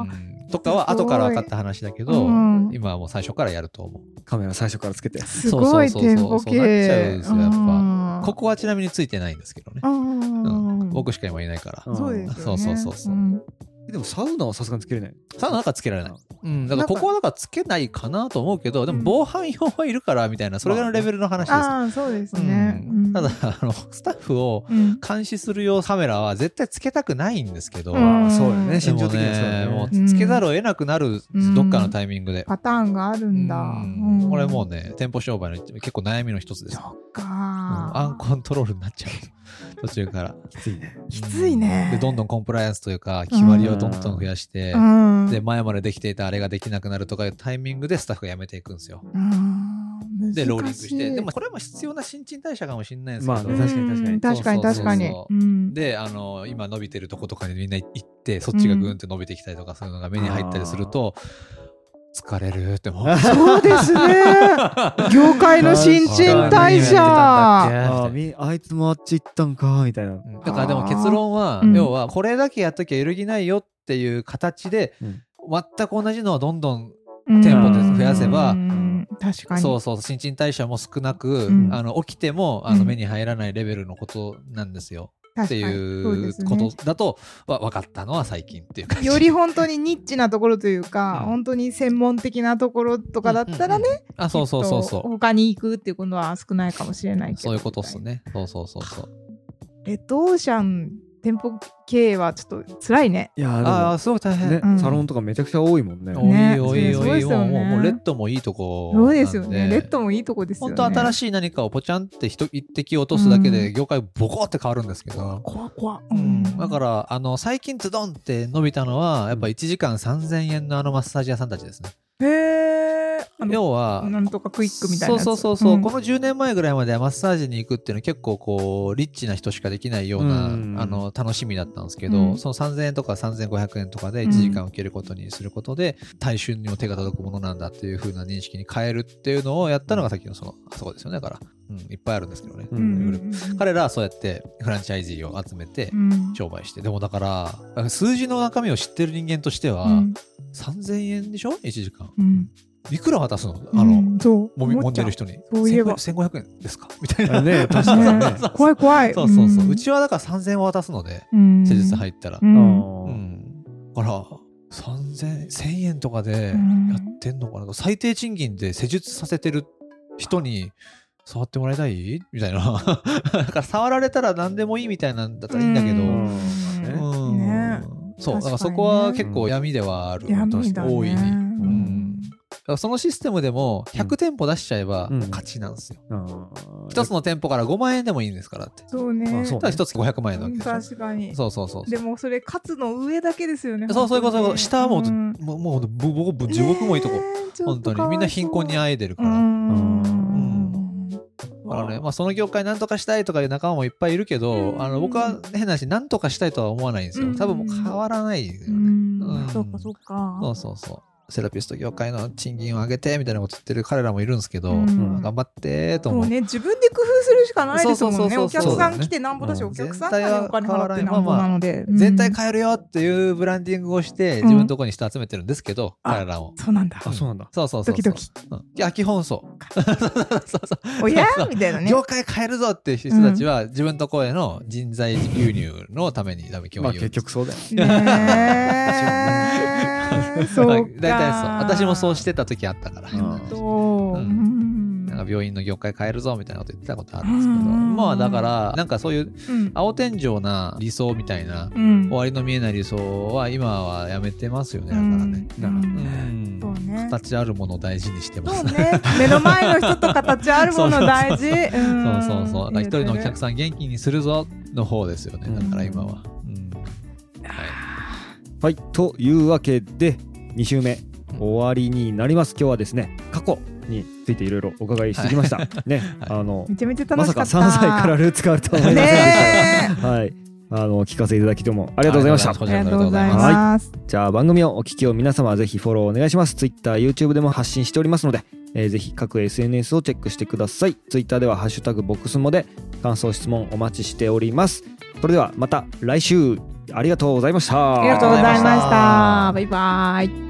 Speaker 3: あ
Speaker 2: うんとかは後から分かった話だけど、
Speaker 3: うん
Speaker 2: 今はもう最初からやると思う。
Speaker 1: カメラ最初からつけて
Speaker 3: すごい
Speaker 2: そうそう
Speaker 3: 店
Speaker 2: そう
Speaker 3: 舗
Speaker 2: そうそうなっちゃうん
Speaker 3: 系
Speaker 2: ですよやっぱ
Speaker 3: うん
Speaker 2: ここはちなみについてないんですけどね。
Speaker 3: うん
Speaker 2: 僕しか今いないから。
Speaker 1: うん
Speaker 3: そうですよ
Speaker 2: そう
Speaker 3: ね
Speaker 2: そうそうそうん
Speaker 1: でもサウナはさすがにつけれない
Speaker 2: サウナなんかつけられない。うん、だ
Speaker 3: な
Speaker 2: から
Speaker 3: んか
Speaker 2: ここはなんかつけないかなと思うけど、で
Speaker 3: う
Speaker 2: も
Speaker 3: ん
Speaker 2: 防犯用はいるからみたいな、それぐらいのレベルの話です。
Speaker 3: ああそうです
Speaker 2: うん
Speaker 3: ねうん
Speaker 2: ただ、あの、スタッフを
Speaker 3: うん
Speaker 2: 監視する用カメラは絶対つけたくないんですけど、
Speaker 3: う
Speaker 2: で
Speaker 3: ん
Speaker 2: も
Speaker 1: まあそうだよね心情的にはそうだ
Speaker 2: ね、
Speaker 1: よ
Speaker 2: も
Speaker 1: ね
Speaker 2: うつけざるを得なくなる
Speaker 3: うん、
Speaker 2: どっかのタイミングで。
Speaker 3: パターンがあるんだ
Speaker 2: うん
Speaker 3: うん
Speaker 2: これもうね、店舗商売の結構悩みの一つです。
Speaker 3: そ
Speaker 2: うん
Speaker 3: っか
Speaker 2: アンコントロールになっちゃう。 途中から。
Speaker 1: きついね
Speaker 3: きついね
Speaker 2: で、どんどんコンプライアンスというか、決まりをどんどん増やして、
Speaker 3: うん
Speaker 2: で、前までできていたあれができなくなるとかいうタイミングでスタッフが辞めていくんですよ。
Speaker 3: うん
Speaker 2: で、ローリングし
Speaker 3: 難
Speaker 2: て。
Speaker 3: い
Speaker 2: でも、これも必要な新陳代謝かもしれないんですけど、
Speaker 1: まあね
Speaker 3: うん
Speaker 1: 確かに確かに
Speaker 3: 確かに確かに
Speaker 2: そうそうそう
Speaker 3: うん
Speaker 2: で、あの、今伸びてるとことかにみんな行って、そっちがぐーんって伸びてきたりとか、そういうのが目に入ったりすると、疲れるって思う。
Speaker 3: そうです ね業界の新陳代
Speaker 1: 確
Speaker 2: かにえ
Speaker 3: 謝
Speaker 2: ー
Speaker 1: あーみあいつもあっち行ったんかみたいな
Speaker 2: うんだからでも結論は、
Speaker 3: うん
Speaker 2: 要はこれだけやっときゃ揺るぎないよっていう形で、
Speaker 1: うん
Speaker 2: 全く同じのをどんどん、
Speaker 3: 店
Speaker 1: 舗
Speaker 2: で増やせば
Speaker 3: 確かに
Speaker 2: そうそう新陳代謝も少なく、
Speaker 3: うん
Speaker 2: あの起きてもあの
Speaker 3: うん
Speaker 2: 目に入らないレベルのことなんですよ、っ
Speaker 3: 確か
Speaker 2: て
Speaker 3: にそう
Speaker 2: い
Speaker 3: で
Speaker 2: う
Speaker 3: す
Speaker 2: こ
Speaker 3: ね
Speaker 2: とだと、わ分かったのは最近っていう感じ
Speaker 3: より本当にニッチなところというか、
Speaker 2: うん
Speaker 3: 本当に専門的なところとかだったらね、
Speaker 2: うんうんうんあそうそうそう
Speaker 3: きっと
Speaker 2: そ
Speaker 3: 他に行くっていうことは少ないかもしれないうけど
Speaker 2: そういうことっすねそうそうそうそう
Speaker 3: レッドオーシャン店舗経営はちょっと辛いね
Speaker 1: いや
Speaker 2: ああ
Speaker 1: ー
Speaker 2: ーすごい大変、
Speaker 1: でも
Speaker 3: う
Speaker 1: ね
Speaker 3: ん
Speaker 1: サロンとかめちゃくちゃ多いもんね
Speaker 2: おいいおいい
Speaker 3: そう
Speaker 2: お
Speaker 3: で
Speaker 2: い
Speaker 3: す
Speaker 2: い、
Speaker 3: よね
Speaker 2: もうもうレッドもいいとこ
Speaker 3: そうですよね
Speaker 2: なん
Speaker 3: レッドもいいとこですよ
Speaker 2: 本
Speaker 3: ね
Speaker 2: 当新しい何かをポチャンって一一滴落とすだけ
Speaker 3: う
Speaker 2: で
Speaker 3: ん
Speaker 2: 業界ボコって変わるんですけど、
Speaker 3: 怖っ怖っ、
Speaker 2: だからあの最近ズドンって伸びたのはやっぱ1時間3000円のあのマッサージ屋さんたちですね
Speaker 3: らへえあの
Speaker 2: 要は
Speaker 3: なんとかクイックみたいなやつ
Speaker 2: そうそうそうそう、
Speaker 3: ん
Speaker 2: この10年前ぐらいまではマッサージに行くっていうのは結構こうリッチな人しかできないような、
Speaker 1: うん
Speaker 2: あの楽しみだったんですけ
Speaker 3: う
Speaker 2: ど、
Speaker 3: ん
Speaker 2: その3000円とか3500円とかで1時間受けることにすることで、大衆にも手が届くものなんだっていう風な認識に変えるっていうのをやったのがさっきのそのあそこですよねだから、うん、いっぱいあるんですけどね、
Speaker 1: う
Speaker 3: うんん
Speaker 2: グルー彼らはそうやってフランチャイズーを集めて
Speaker 3: うん
Speaker 2: 商売して、でもだから数字の中身を知ってる人間としては、
Speaker 3: うん
Speaker 2: 3000円でしょ1時間
Speaker 3: うん
Speaker 2: いくら渡すのあの、
Speaker 3: うんそう
Speaker 2: もみ
Speaker 3: 思
Speaker 2: 揉
Speaker 3: っ
Speaker 2: ん
Speaker 3: ち
Speaker 2: で
Speaker 3: ゃ
Speaker 2: る人に
Speaker 3: そういえば
Speaker 2: 1500円です かみたい
Speaker 1: あ
Speaker 2: な
Speaker 1: ね確
Speaker 3: う
Speaker 1: かに
Speaker 3: ね
Speaker 1: ね
Speaker 2: そう
Speaker 3: 怖い怖い
Speaker 2: そうそうそう、うんちはだから3000円渡すので
Speaker 3: うん
Speaker 2: 施術入ったら
Speaker 3: う
Speaker 1: うん
Speaker 2: うん、
Speaker 1: ん
Speaker 2: だから3000 1000円とかでや
Speaker 3: うん
Speaker 2: ってんのかな、最低賃金で施術させてる人に触ってもらいたいみたいな だから触られたら何でもいいみたいなんだったらいいんだけど、
Speaker 3: う
Speaker 2: うん
Speaker 3: ね
Speaker 2: そう、だ
Speaker 3: 確かにね
Speaker 2: からそこは結構闇ではある。
Speaker 3: 闇だね
Speaker 2: 大いに。うんからそのシステムでも100店舗出しちゃえば
Speaker 1: うん
Speaker 2: 勝ちなんですよ。
Speaker 1: 一
Speaker 2: 一つの店舗から5万円でもいいんですからって。
Speaker 3: そうね。
Speaker 1: あそう
Speaker 2: ただ一つ500万円なわけでし
Speaker 3: 確かに
Speaker 2: ょ。。そうそうそうそう。
Speaker 3: でもそれ勝つの上だけですよね。
Speaker 2: そうそういうことそういうこと
Speaker 3: 本当に
Speaker 2: 下はもう、
Speaker 3: ん
Speaker 2: もうもうボコボコ地獄もいいとこ、
Speaker 3: ねえちょっ
Speaker 2: 本
Speaker 3: と
Speaker 2: 当
Speaker 3: かわいそう
Speaker 2: にみんな貧困にあえいでる
Speaker 3: う
Speaker 2: から、
Speaker 3: ん。
Speaker 2: だからね、まあ、その業界なんとかしたいとかいう仲間もいっぱいいるけど、
Speaker 3: うん
Speaker 2: あの僕は変な話なんとかしたいとは思わないんですよ多分もう変わらないです
Speaker 3: う
Speaker 2: よね、
Speaker 3: ん
Speaker 2: うん
Speaker 3: そうかそうか。
Speaker 2: そうそうそうセラピスト業界の賃金を上げてみたいなこと言ってる彼らもいるんですけど、
Speaker 3: うん
Speaker 2: まあ頑張ってーと思
Speaker 3: も
Speaker 2: う
Speaker 3: うね自分で工夫するしかないですも
Speaker 2: そうんそう
Speaker 3: ね。
Speaker 2: そう
Speaker 3: お
Speaker 2: そう
Speaker 3: 客さ
Speaker 2: そうだ
Speaker 3: ん
Speaker 2: ね
Speaker 3: 来てなんぼだし、
Speaker 1: うん
Speaker 3: お客さんからねお金
Speaker 2: 全体は
Speaker 3: 払ってなんぼなので。
Speaker 2: 全体
Speaker 3: か
Speaker 2: 変えるよっていうブランディングをして自分のところに人集めてるんですけど、
Speaker 3: あ
Speaker 2: 彼らも。
Speaker 3: そうなんだ。
Speaker 1: あそうなんだ
Speaker 2: そうそうそうそう
Speaker 3: ドキドキ。
Speaker 2: うんいや基本 そう。そうそう
Speaker 3: おやみたいなね。
Speaker 2: 業界変えるぞっていう人たちは、自分とこへの人材流入のために多分今
Speaker 1: まあ
Speaker 2: 日言う
Speaker 1: 結
Speaker 2: んです、
Speaker 1: 局そうだよね
Speaker 3: ね えそうか。
Speaker 2: 大体そう私もそうしてた時あったから、
Speaker 1: うん
Speaker 3: そ
Speaker 2: ん
Speaker 3: うう。うん
Speaker 2: なんか病院の業界変えるぞみたいなこと言ってたことあるんですけど、
Speaker 3: うん
Speaker 2: まあだからなんかそういう
Speaker 3: うん
Speaker 2: 青天井な理想みたいな、
Speaker 3: うん
Speaker 2: 終わりの見えない理想は今はやめてますよねだからね、
Speaker 1: だからね
Speaker 2: うん
Speaker 3: そうね。
Speaker 2: 形あるものを大事にしてま
Speaker 3: そう
Speaker 2: す
Speaker 3: ね。目の前の人と形あるもの大 事。
Speaker 2: そう
Speaker 3: そ
Speaker 2: そうそうそう。だから一人のお客
Speaker 3: さ
Speaker 2: さん元気にするぞの方ですよね。だから今は。うん。
Speaker 1: はいというわけで2週目
Speaker 2: うん
Speaker 1: 終わりになります今日はですね過去についていろいろお伺いしてきました、ね、あの
Speaker 3: めちゃめちゃ
Speaker 1: ま
Speaker 3: 楽
Speaker 1: さ
Speaker 3: し
Speaker 1: か
Speaker 3: か
Speaker 1: 3
Speaker 3: った。
Speaker 1: 歳からルーツがあるとは思いませんで
Speaker 3: ね
Speaker 1: した、はいあの聞かせていただきどうもありがとうございました
Speaker 2: こ
Speaker 3: え。あ
Speaker 2: ちら
Speaker 3: りが
Speaker 2: こそ
Speaker 3: とうござい
Speaker 1: す
Speaker 3: ます。
Speaker 1: じゃあ番組をお聞きを皆様ぜひフォローお願いします。Twitter、YouTube でも発信しておりますので、えーぜひ各 SNS をチェックしてください。Twitter では「ハッシュタグボックスモ」で感想、質問お待ちしております。それではまた来週ありがとうございました。
Speaker 3: ありがとうございまし
Speaker 2: あ
Speaker 3: た。バイバイ。